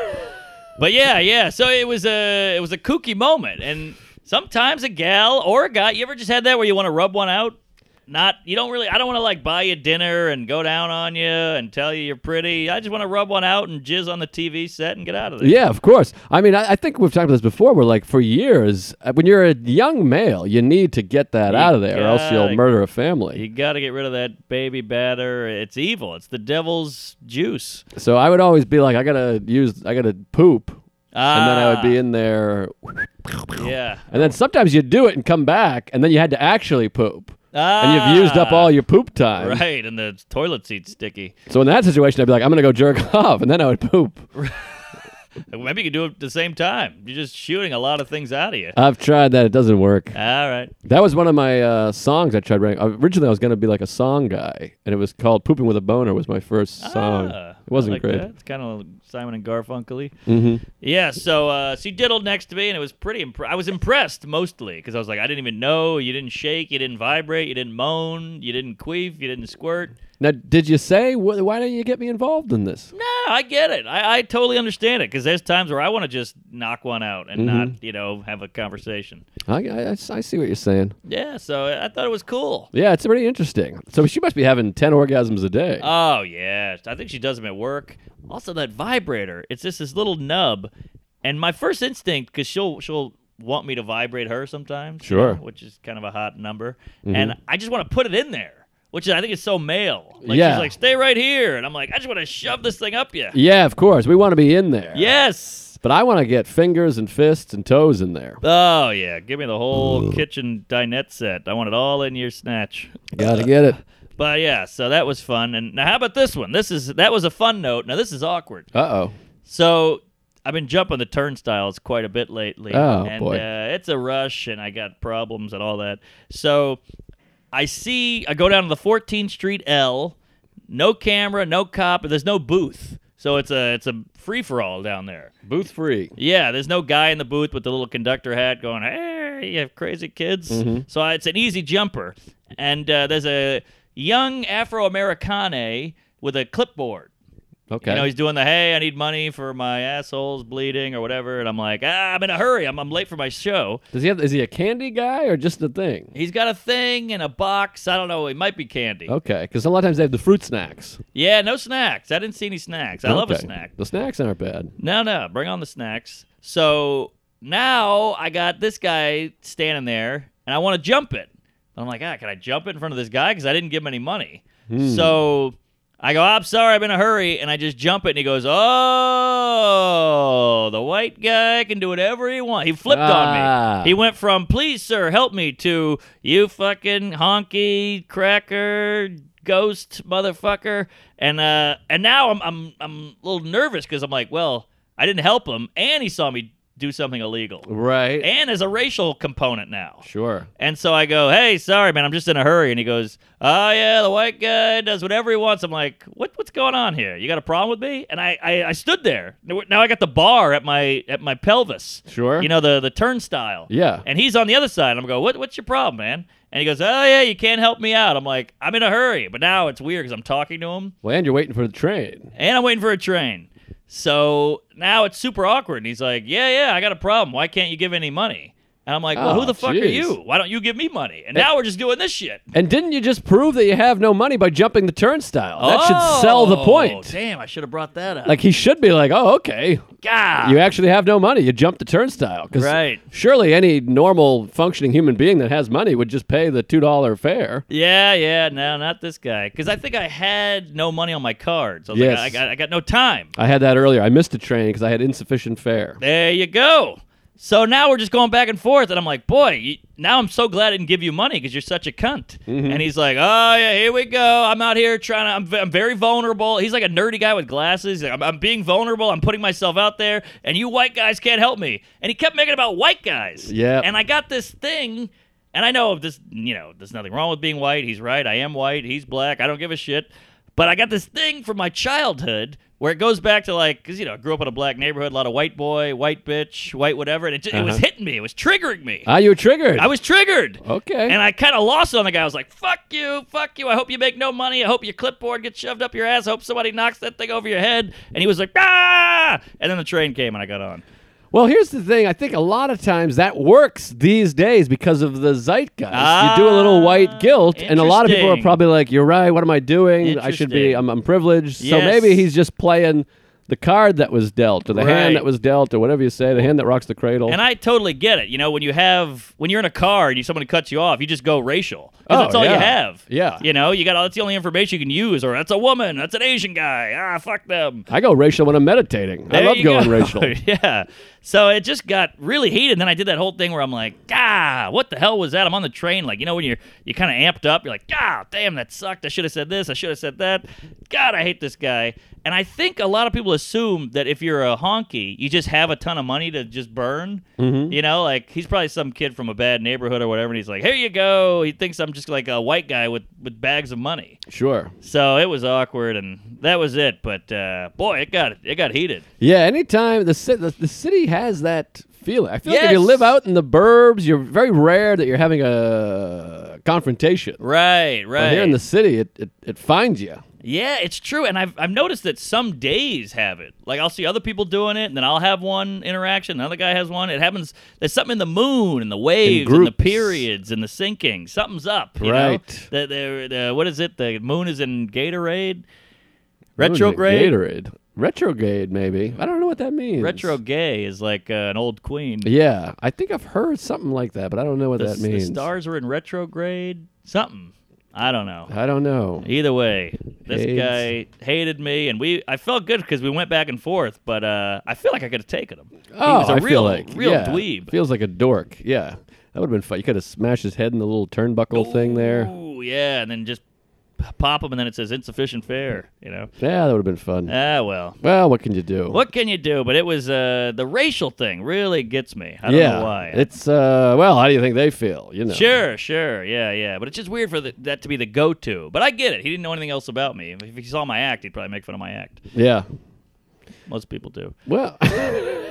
Speaker 2: but yeah, yeah. So it was a it was a kooky moment, and sometimes a gal or a guy. You ever just had that where you want to rub one out? Not you don't really. I don't want to like buy you dinner and go down on you and tell you you're pretty. I just want to rub one out and jizz on the TV set and get out of there.
Speaker 3: Yeah, of course. I mean, I, I think we've talked about this before. Where like for years, uh, when you're a young male, you need to get that out of there, or else
Speaker 2: gotta-
Speaker 3: you'll murder a family.
Speaker 2: You got to get rid of that baby batter. It's evil. It's the devil's juice.
Speaker 3: so I would always be like, "I gotta use, I gotta poop," and then I
Speaker 2: Ah,
Speaker 3: would be in there
Speaker 2: Yeah.
Speaker 3: And then sometimes you do it and come back, and then you had to actually poop.
Speaker 2: Ah,
Speaker 3: And you've used up all your poop time.
Speaker 2: Right, and the toilet seat's sticky.
Speaker 3: So in that situation, I'd be like, I'm going to go jerk off, and then I would poop.
Speaker 2: Like, Maybe you could do it at the same time. You're just shooting a lot of things out of you.
Speaker 3: I've tried that. It doesn't work.
Speaker 2: All right.
Speaker 3: That was one of my uh, songs I tried writing. Originally, I was going to be like a song guy, and it was called Pooping with a Boner was my first song.
Speaker 2: Ah,
Speaker 3: it wasn't
Speaker 2: I like
Speaker 3: great. Mm-hmm.
Speaker 2: that. It's kind of Simon and Garfunkel y. Yeah, so uh, she diddled next to me, and it was pretty impre- I was impressed mostly because I was like, I didn't even know. You didn't shake. You didn't vibrate. You didn't moan. You didn't queef. You didn't squirt.
Speaker 3: Now, did you say, wh- why don't you get me involved in this?
Speaker 2: No, I get it. I, I totally understand it because there's times where I want to just knock one out and
Speaker 3: Mm-hmm.
Speaker 2: not, you know, have a conversation.
Speaker 3: I, I, I s- I see what you're saying.
Speaker 2: Yeah, so I thought it was cool.
Speaker 3: Yeah, it's pretty interesting. So she must be having 10 orgasms a day.
Speaker 2: Oh yeah, I think she does them at work. Also, that vibrator—it's just this little nub, and my first instinct, because she'll she'll want me to vibrate her sometimes. you
Speaker 3: Sure. Mm-hmm.
Speaker 2: know, which is kind of a hot number, and I just want to put it in there, which I think is so male. Like
Speaker 3: Yeah.
Speaker 2: she's like, "Stay right here," and I'm like, "I just want to shove this thing up you."
Speaker 3: yeah, of course. We want to be in there.
Speaker 2: Yes.
Speaker 3: But I want to get fingers and fists and toes in there.
Speaker 2: Oh yeah, give me the whole kitchen dinette set. I want it all in your snatch.
Speaker 3: Gotta get it.
Speaker 2: But yeah, so that was fun. And now how about this one? This is that was a fun note. Now this is awkward.
Speaker 3: Uh oh.
Speaker 2: So I've been jumping the turnstiles quite a bit lately.
Speaker 3: Oh,
Speaker 2: and,
Speaker 3: boy.
Speaker 2: Uh, it's a rush, and I got problems and all that. So I see, I go down to the 14th Street L. No camera, no cop, and there's no booth. So it's a it's a free for all down there.
Speaker 3: Booth free.
Speaker 2: Yeah, there's no guy in the booth with the little conductor hat going, "Hey, you have crazy kids."
Speaker 3: Mm-hmm.
Speaker 2: So I, it's an easy jumper, and uh, there's a young Afro-Americane with a clipboard.
Speaker 3: Okay.
Speaker 2: You know, he's doing the hey, I need money for my asshole's bleeding or whatever, and I'm like, ah, I'm in a hurry. I'm, I'm late for my show.
Speaker 3: Does he have? Is he a candy guy or just a thing?
Speaker 2: He's got a thing in a box. I don't know. It might be candy.
Speaker 3: Okay, because a lot of times they have the fruit snacks.
Speaker 2: Yeah, no snacks. I didn't see any snacks. I love a
Speaker 3: Okay.
Speaker 2: snack.
Speaker 3: The snacks aren't bad.
Speaker 2: No, no, bring on the snacks. So now I got this guy standing there, and I want to jump it. I'm like, ah, can I jump it in front of this guy? Because I didn't give him any money. So I go, I'm sorry, I'm in a hurry, and I just jump it, and he goes, oh, the white guy can do whatever he wants. He flipped on
Speaker 3: Ah.
Speaker 2: me. He went from please, sir, help me to you fucking honky cracker ghost motherfucker. And uh and now I'm I'm I'm a little nervous because I'm like, well, I didn't help him and he saw me do something illegal.
Speaker 3: Right.
Speaker 2: And there's a racial component now.
Speaker 3: sure.
Speaker 2: And so I go, hey, sorry, man, I'm just in a hurry. And he goes, oh, yeah, the white guy does whatever he wants. I'm like, what, what's going on here? You got a problem with me? And I, I, I stood there. Now I got the bar at my at my pelvis.
Speaker 3: Sure.
Speaker 2: You know, the, the turnstile.
Speaker 3: Yeah.
Speaker 2: And he's on the other side. I'm going, what, what's your problem, man? And he goes, oh, yeah, you can't help me out. I'm like, I'm in a hurry. But now it's weird because I'm talking to him
Speaker 3: Well, and you're waiting for the train.
Speaker 2: and I'm waiting for a train. So now it's super awkward. And he's like, Yeah, yeah, I got a problem. Why can't you give any money? And I'm like, Well,
Speaker 3: Oh,
Speaker 2: who the fuck are
Speaker 3: jeez.
Speaker 2: you? Why don't you give me money? And now we're just doing this shit.
Speaker 3: And didn't you just prove that you have no money by jumping the turnstile? That should sell the
Speaker 2: Oh,
Speaker 3: point.
Speaker 2: Damn, I should have brought that up.
Speaker 3: Like he should be like, oh, okay,
Speaker 2: God.
Speaker 3: you actually have no money. You jumped the turnstile, 'Cause
Speaker 2: Ah. Right.
Speaker 3: Surely any normal functioning human being that has money would just pay the two dollar fare.
Speaker 2: Yeah, yeah, no, not this guy. Because I think I had no money on my card. So I was
Speaker 3: Yes.
Speaker 2: like, I got, I got no time.
Speaker 3: I had that earlier. I missed a train because I had insufficient fare.
Speaker 2: There you go. So now we're just going back and forth, and I'm like, boy, you, now I'm so glad I didn't give you money because you're such a cunt. And he's like, oh yeah, here we go. I'm out here trying to. I'm, v- I'm very vulnerable. He's like a nerdy guy with glasses. He's like, I'm, I'm being vulnerable. I'm putting myself out there, and you white guys can't help me. And he kept making it about white guys.
Speaker 3: Yeah.
Speaker 2: And I got this thing, and I know this. You know, there's nothing wrong with being white. He's right. I am white. He's black. I don't give a shit. But I got this thing from my childhood where it goes back to like, because, you know, I grew up in a black neighborhood, a lot of white boy, white bitch, white whatever. And it, ju- it was hitting me. It was triggering me.
Speaker 3: Ah, you were triggered.
Speaker 2: I was triggered.
Speaker 3: okay.
Speaker 2: And I kind of lost it on the guy. I was like, fuck you, fuck you. I hope you make no money. I hope your clipboard gets shoved up your ass. I hope somebody knocks that thing over your head. And he was like, ah! And then the train came and I got on.
Speaker 3: well, here's the thing. I think a lot of times that works these days because of the zeitgeist. you do a little
Speaker 2: Ah,
Speaker 3: white guilt, and a lot of people are
Speaker 2: interesting.
Speaker 3: probably like, "You're right. What am I doing? I should be.
Speaker 2: Interesting.
Speaker 3: I'm, I'm privileged." So
Speaker 2: Yes.
Speaker 3: maybe he's just playing the card that was dealt, or the hand
Speaker 2: Right.
Speaker 3: that was dealt, or whatever you say, the hand that rocks the cradle.
Speaker 2: And I totally get it. You know, when you have when you're in a car and you, someone cuts you off, you just go racial.
Speaker 3: Oh,
Speaker 2: 'Cause that's all
Speaker 3: yeah.
Speaker 2: you have.
Speaker 3: Yeah.
Speaker 2: You know, you got all that's the only information you can use, or that's a woman, that's an Asian guy. Ah, fuck them.
Speaker 3: I go racial when I'm meditating. I
Speaker 2: There
Speaker 3: love
Speaker 2: you
Speaker 3: going
Speaker 2: go.
Speaker 3: racial.
Speaker 2: yeah. So it just got really heated. And then I did that whole thing where I'm like, ah, what the hell was that? I'm on the train. Like, you know, when you're you kind of amped up, you're like, ah, damn, that sucked. I should have said this. I should have said that. God, I hate this guy. And I think a lot of people assume that if you're a honky, you just have a ton of money to just burn.
Speaker 3: Mm-hmm.
Speaker 2: You know, like he's probably some kid from a bad neighborhood or whatever. And he's like, here you go. He thinks I'm just like a white guy with, with bags of money.
Speaker 3: Sure.
Speaker 2: So it was awkward, and that was it. But uh, boy, it got it got heated.
Speaker 3: Yeah. Anytime the ci- the, the city has that feeling. I feel like if you
Speaker 2: Yes.
Speaker 3: live out in the burbs, you're very rare that you're having a confrontation.
Speaker 2: Right, right.
Speaker 3: But here in the city, it, it, it finds you.
Speaker 2: yeah, it's true, and I've I've noticed that some days have it. Like I'll see other people doing it, and then I'll have one interaction, another guy has one. It happens. There's something in the moon, and the waves, and the
Speaker 3: groups.
Speaker 2: periods, and the sinking. Something's up, you know?
Speaker 3: Right.
Speaker 2: The, the, the, what is it? The moon is in Gatorade.
Speaker 3: What was it?
Speaker 2: Retrograde.
Speaker 3: Gatorade. Retrograde, maybe. I don't know what that means.
Speaker 2: Retro gay is like uh, an old queen.
Speaker 3: Yeah. I think I've heard something like that, but I don't know what
Speaker 2: the,
Speaker 3: that
Speaker 2: s- the
Speaker 3: means.
Speaker 2: stars are in retrograde. Something. I don't know.
Speaker 3: I don't know.
Speaker 2: Either way, this
Speaker 3: Hates.
Speaker 2: guy hated me, and we I felt good because we went back and forth, but uh, I feel like I could have taken him. he
Speaker 3: Oh,
Speaker 2: was a
Speaker 3: I
Speaker 2: real,
Speaker 3: feel like
Speaker 2: real
Speaker 3: yeah.
Speaker 2: dweeb.
Speaker 3: Feels like a dork. Yeah. That would have been fun. You could have smashed his head in the little turnbuckle thing there.
Speaker 2: Ooh, yeah, and then just p- pop him, and then it says insufficient fare. You know.
Speaker 3: Yeah, that would have been fun.
Speaker 2: Ah well,
Speaker 3: well, what can you do?
Speaker 2: what can you do? But it was uh, the racial thing really gets me. I don't
Speaker 3: yeah.
Speaker 2: know why.
Speaker 3: It's um, uh well, how do you think they feel? You know.
Speaker 2: Sure, sure, yeah, yeah, but it's just weird for the, that to be the go-to. But I get it. He didn't know anything else about me. If he saw my act, he'd probably make fun of my act.
Speaker 3: Yeah.
Speaker 2: Most people do.
Speaker 3: Well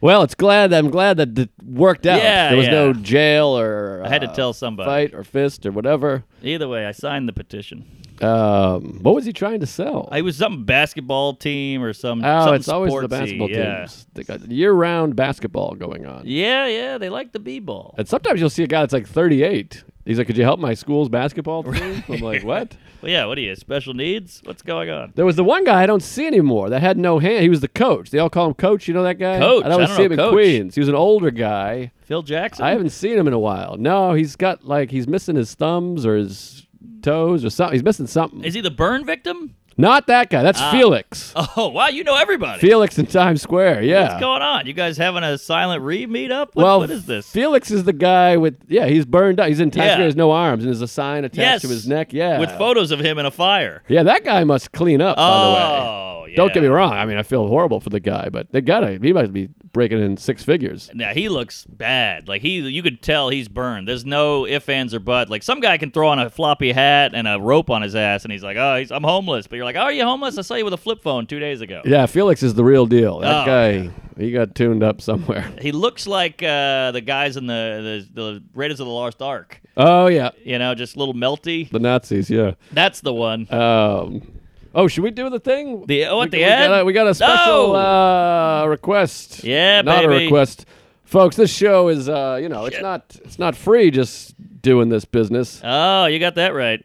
Speaker 3: Well, it's glad I'm glad that it worked out.
Speaker 2: Yeah,
Speaker 3: there was
Speaker 2: yeah.
Speaker 3: no jail or
Speaker 2: I had to
Speaker 3: uh,
Speaker 2: tell somebody.
Speaker 3: fight or fist or whatever.
Speaker 2: Either way, I signed the petition.
Speaker 3: Um, what was he trying to sell?
Speaker 2: It was some basketball team or some.
Speaker 3: oh,
Speaker 2: something
Speaker 3: it's always the
Speaker 2: sportsy,
Speaker 3: basketball
Speaker 2: yeah.
Speaker 3: teams. They got year-round basketball going on.
Speaker 2: Yeah, yeah, they like the b-ball.
Speaker 3: And sometimes you'll see a guy that's like 38. He's like, "Could you help my school's basketball team?" I'm like, "What?"
Speaker 2: Well, yeah, what are you? Special needs? What's going on?
Speaker 3: There was the one guy I don't see anymore that had no hand. He was the coach. They all call him coach. You know that guy?
Speaker 2: Coach,
Speaker 3: I always
Speaker 2: I don't
Speaker 3: see
Speaker 2: know
Speaker 3: him in
Speaker 2: Coach.
Speaker 3: Queens. He was an older guy.
Speaker 2: Phil Jackson.
Speaker 3: I haven't seen him in a while. No, he's got like he's missing his thumbs or his toes or something. He's missing something.
Speaker 2: Is Ah. he the burn victim?
Speaker 3: Not that guy. That's Felix.
Speaker 2: Oh wow, you know everybody.
Speaker 3: Felix in Times Square. Yeah.
Speaker 2: What's going on? You guys having a silent re meetup? What,
Speaker 3: well,
Speaker 2: what is this?
Speaker 3: Felix is the guy with yeah. He's burned up. He's in Times
Speaker 2: Yeah.
Speaker 3: Square. He has no arms and there's a sign attached
Speaker 2: yes,
Speaker 3: to his neck. Yeah.
Speaker 2: with photos of him in a fire.
Speaker 3: Yeah, that guy must clean up. by the way.
Speaker 2: oh, yeah.
Speaker 3: Don't get me wrong. I mean, I feel horrible for the guy, but they gotta. He must be breaking in six figures.
Speaker 2: Now he looks bad. Like he, you could tell he's burned. There's no if, ands, or buts. Like some guy can throw on a floppy hat and a rope on his ass, and he's like, "Oh, he's, I'm homeless." But you're like, "Oh, are you homeless? I saw you with a flip phone two days ago."
Speaker 3: Yeah, Felix is the real deal. That
Speaker 2: Oh,
Speaker 3: guy, he got tuned up somewhere.
Speaker 2: He looks like uh, the guys in the, the the Raiders of the Lost Ark.
Speaker 3: Oh yeah,
Speaker 2: You know, just a little melty.
Speaker 3: the Nazis. Yeah.
Speaker 2: That's the one.
Speaker 3: Um, Oh, should we do the thing?
Speaker 2: The- oh,
Speaker 3: we,
Speaker 2: at the
Speaker 3: we
Speaker 2: end?
Speaker 3: Got a, we got a special
Speaker 2: No!
Speaker 3: uh, request.
Speaker 2: Yeah,
Speaker 3: not a
Speaker 2: baby.
Speaker 3: request, folks. This show is, uh, you know, it's not it's not free. Just doing this business.
Speaker 2: Oh, you got that right.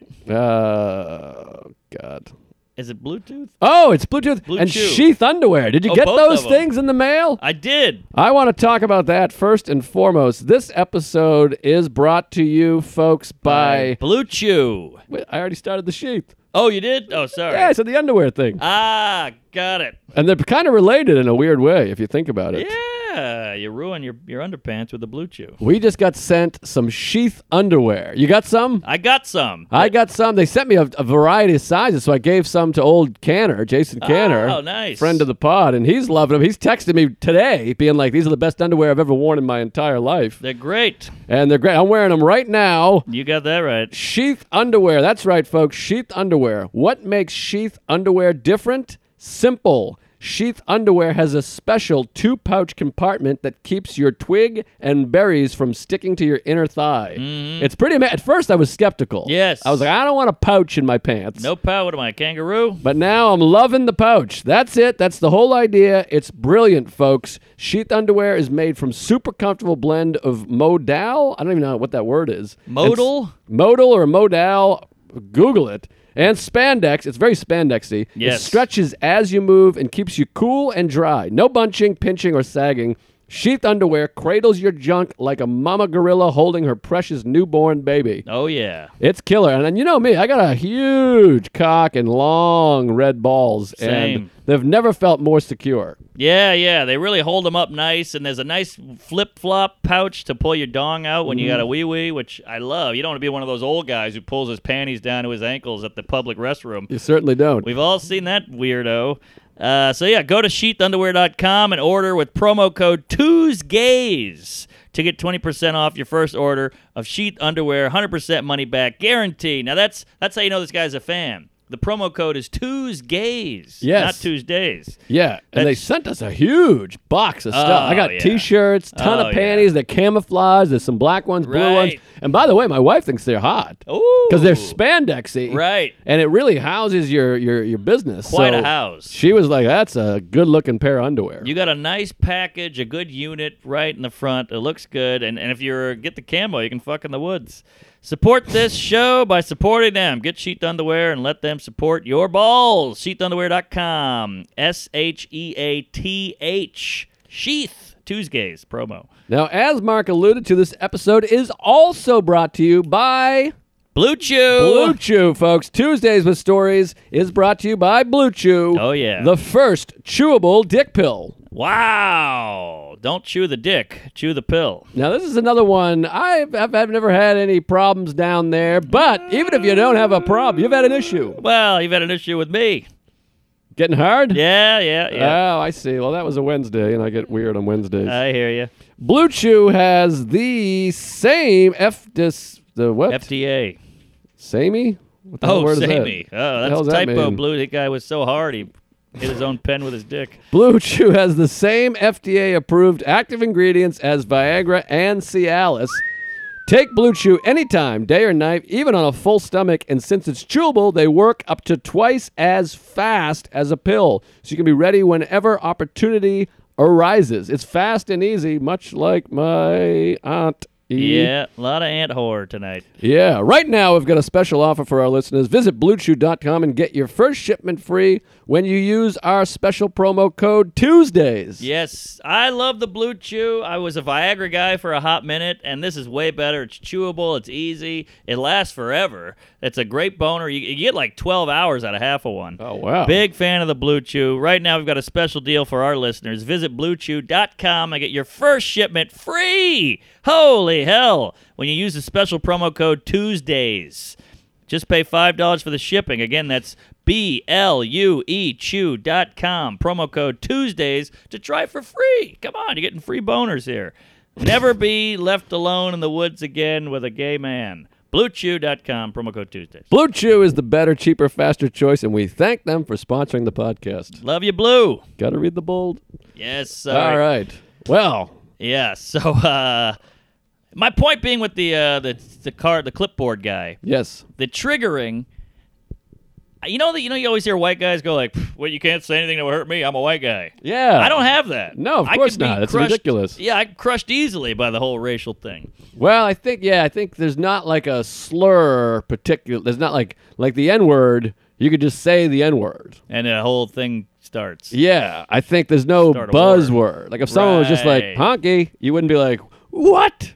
Speaker 3: Uh, God.
Speaker 2: Is it Bluetooth?
Speaker 3: Oh, it's Bluetooth
Speaker 2: Blue
Speaker 3: and
Speaker 2: Chew.
Speaker 3: sheath underwear. Did you
Speaker 2: Oh,
Speaker 3: get
Speaker 2: both
Speaker 3: those
Speaker 2: of 'em.
Speaker 3: things in the mail?
Speaker 2: I did.
Speaker 3: I want to talk about that first and foremost. This episode is brought to you, folks, by.
Speaker 2: Blue Chew.
Speaker 3: Wait, I already started the sheath.
Speaker 2: Oh, you did? Oh, sorry.
Speaker 3: Yeah, so the underwear thing.
Speaker 2: Ah, got it.
Speaker 3: And they're kind of related in a weird way, if you think about it.
Speaker 2: Yeah, you ruin your, your underpants with the Blue Chew.
Speaker 3: We just got sent some sheath underwear. You got some?
Speaker 2: I got some.
Speaker 3: I got some. They sent me a, a variety of sizes, so I gave some to old Canner, Jason Canner.
Speaker 2: Oh, nice.
Speaker 3: Friend of the pod, and he's loving them. He's texting me today, being like, "These are the best underwear I've ever worn in my entire life,
Speaker 2: They're great.
Speaker 3: and they're great. I'm wearing them right now."
Speaker 2: You got that right.
Speaker 3: Sheath underwear. That's right, folks. Sheath underwear. What makes sheath underwear different? Simple. Sheath underwear has a special two pouch compartment that keeps your twig and berries from sticking to your inner thigh. It's pretty ama- At first, I was skeptical.
Speaker 2: Yes.
Speaker 3: I was like, I don't want a pouch in my pants.
Speaker 2: No power. What am I, a kangaroo?
Speaker 3: But now I'm loving the pouch. That's it. That's the whole idea. It's brilliant, folks. Sheath underwear is made from super comfortable blend of modal. I don't even know what that word is.
Speaker 2: Modal?
Speaker 3: It's- modal or modal. Google it. And spandex. It's very spandexy. It
Speaker 2: Yes.
Speaker 3: stretches as you move and keeps you cool and dry. No bunching, pinching, or sagging. Sheath underwear cradles your junk like a mama gorilla holding her precious newborn baby.
Speaker 2: Oh, yeah.
Speaker 3: It's killer. And, then you know me, I got a huge cock and long red balls. And
Speaker 2: Same.
Speaker 3: they've never felt more secure.
Speaker 2: Yeah, yeah. They really hold them up nice, and there's a nice flip flop pouch to pull your dong out when you
Speaker 3: Mm.
Speaker 2: got a wee wee, which I love. You don't want to be one of those old guys who pulls his panties down to his ankles at the public restroom.
Speaker 3: You certainly don't.
Speaker 2: We've all seen that weirdo. Uh, so yeah, go to sheathunderwear.com and order with promo code TUESDAYS to get 20% off your first order of sheath underwear, 100% money back guarantee. Now that's that's how you know this guy's a fan. The promo code is TUESDAYS,
Speaker 3: Yes.
Speaker 2: not Tuesdays.
Speaker 3: yeah. And they
Speaker 2: That's-
Speaker 3: sent us a huge box of stuff. I
Speaker 2: Oh,
Speaker 3: got
Speaker 2: yeah.
Speaker 3: t shirts, ton
Speaker 2: Oh,
Speaker 3: of
Speaker 2: yeah.
Speaker 3: panties. They're camouflage. There's some black ones, blue ones.
Speaker 2: Right.
Speaker 3: And by the way, my wife thinks they're hot.
Speaker 2: Ooh.
Speaker 3: Because they're spandexy.
Speaker 2: Right.
Speaker 3: And it really houses your, your, your business.
Speaker 2: Quite a
Speaker 3: So
Speaker 2: house.
Speaker 3: She was like, that's a good looking pair of underwear.
Speaker 2: You got a nice package, a good unit right in the front. It looks good. And, and if you're get the camo, you can fuck in the woods. Support this show by supporting them. Get Sheath Underwear and let them support your balls. Sheathunderwear.com. S H E A T H. Sheath. Tuesdays promo.
Speaker 3: now, as Mark alluded to, this episode is also brought to you by.
Speaker 2: Blue Chew.
Speaker 3: Blue Chew, folks. Tuesdays with Stories is brought to you by Blue Chew.
Speaker 2: Oh, yeah.
Speaker 3: The first chewable dick pill.
Speaker 2: Wow. Don't chew the dick, chew the pill.
Speaker 3: Now, this is another one. I've, I've, I've never had any problems down there, but even if you don't have a problem, you've had an issue.
Speaker 2: Well, you've had an issue with me.
Speaker 3: Getting hard?
Speaker 2: Yeah, yeah, yeah. Uh,
Speaker 3: Oh, I see. Well, that was a Wednesday, and I get weird on Wednesdays.
Speaker 2: I hear you.
Speaker 3: Blue Chew has the same F. Dis, the what?
Speaker 2: FDA.
Speaker 3: samey? What the hell
Speaker 2: Oh,
Speaker 3: word is that?
Speaker 2: Samey. Oh, that's
Speaker 3: hell's that
Speaker 2: typo
Speaker 3: mean?
Speaker 2: blue. That guy was so hard he hit his own pen with his dick.
Speaker 3: Blue Chew has the same FDA approved active ingredients as Viagra and Cialis. Take Blue Chew anytime, day or night, even on a full stomach, and since it's chewable, they work up to twice as fast as a pill. So you can be ready whenever opportunity arises. It's fast and easy, much like my aunt. E.
Speaker 2: Yeah, a lot of ant horror tonight.
Speaker 3: Yeah, right now we've got a special offer for our listeners. Visit bluechew.com and get your first shipment free when you use our special promo code Tuesdays.
Speaker 2: Yes, I love the Blue Chew. I was a Viagra guy for a hot minute, and this is way better. It's chewable, it's easy, it lasts forever. It's a great boner. You, you get like 12 hours out of half of one.
Speaker 3: Oh wow.
Speaker 2: Big fan of the Blue Chew. Right now, we've got a special deal for our listeners. Visit bluechew.com and get your first shipment free. Holy hell! When you use the special promo code Tuesdays, just pay $5 for the shipping. Again, that's B L U E chew.com. Promo code Tuesdays to try for free. Come on, you're getting free boners here. Never be left alone in the woods again with a gay man. Bluechew.com, promo code Tuesdays.
Speaker 3: Blue Chew is the better, cheaper, faster choice, and we thank them for sponsoring the podcast.
Speaker 2: Love you, Blue.
Speaker 3: Gotta read the bold.
Speaker 2: Yes,
Speaker 3: All
Speaker 2: sir.
Speaker 3: right. Well,
Speaker 2: Yeah. So uh, my point being with the uh, the the card the clipboard guy,
Speaker 3: yes.
Speaker 2: the triggering. You know that you know you always hear white guys go like, "Pff, "Well, you can't say anything that will hurt me. I'm a white guy."
Speaker 3: Yeah.
Speaker 2: I don't have that.
Speaker 3: No, of
Speaker 2: I
Speaker 3: course
Speaker 2: could be
Speaker 3: not. That's
Speaker 2: crushed-
Speaker 3: ridiculous.
Speaker 2: Yeah, I'm crushed easily by the whole racial thing.
Speaker 3: Well, I think yeah, I think there's not like a slur particular. There's not like like the N word. You could just say the N word.
Speaker 2: And the whole thing starts.
Speaker 3: Yeah, I think there's no
Speaker 2: Start a
Speaker 3: buzzword. Like if someone was just like
Speaker 2: Right.
Speaker 3: honky, you wouldn't be like what?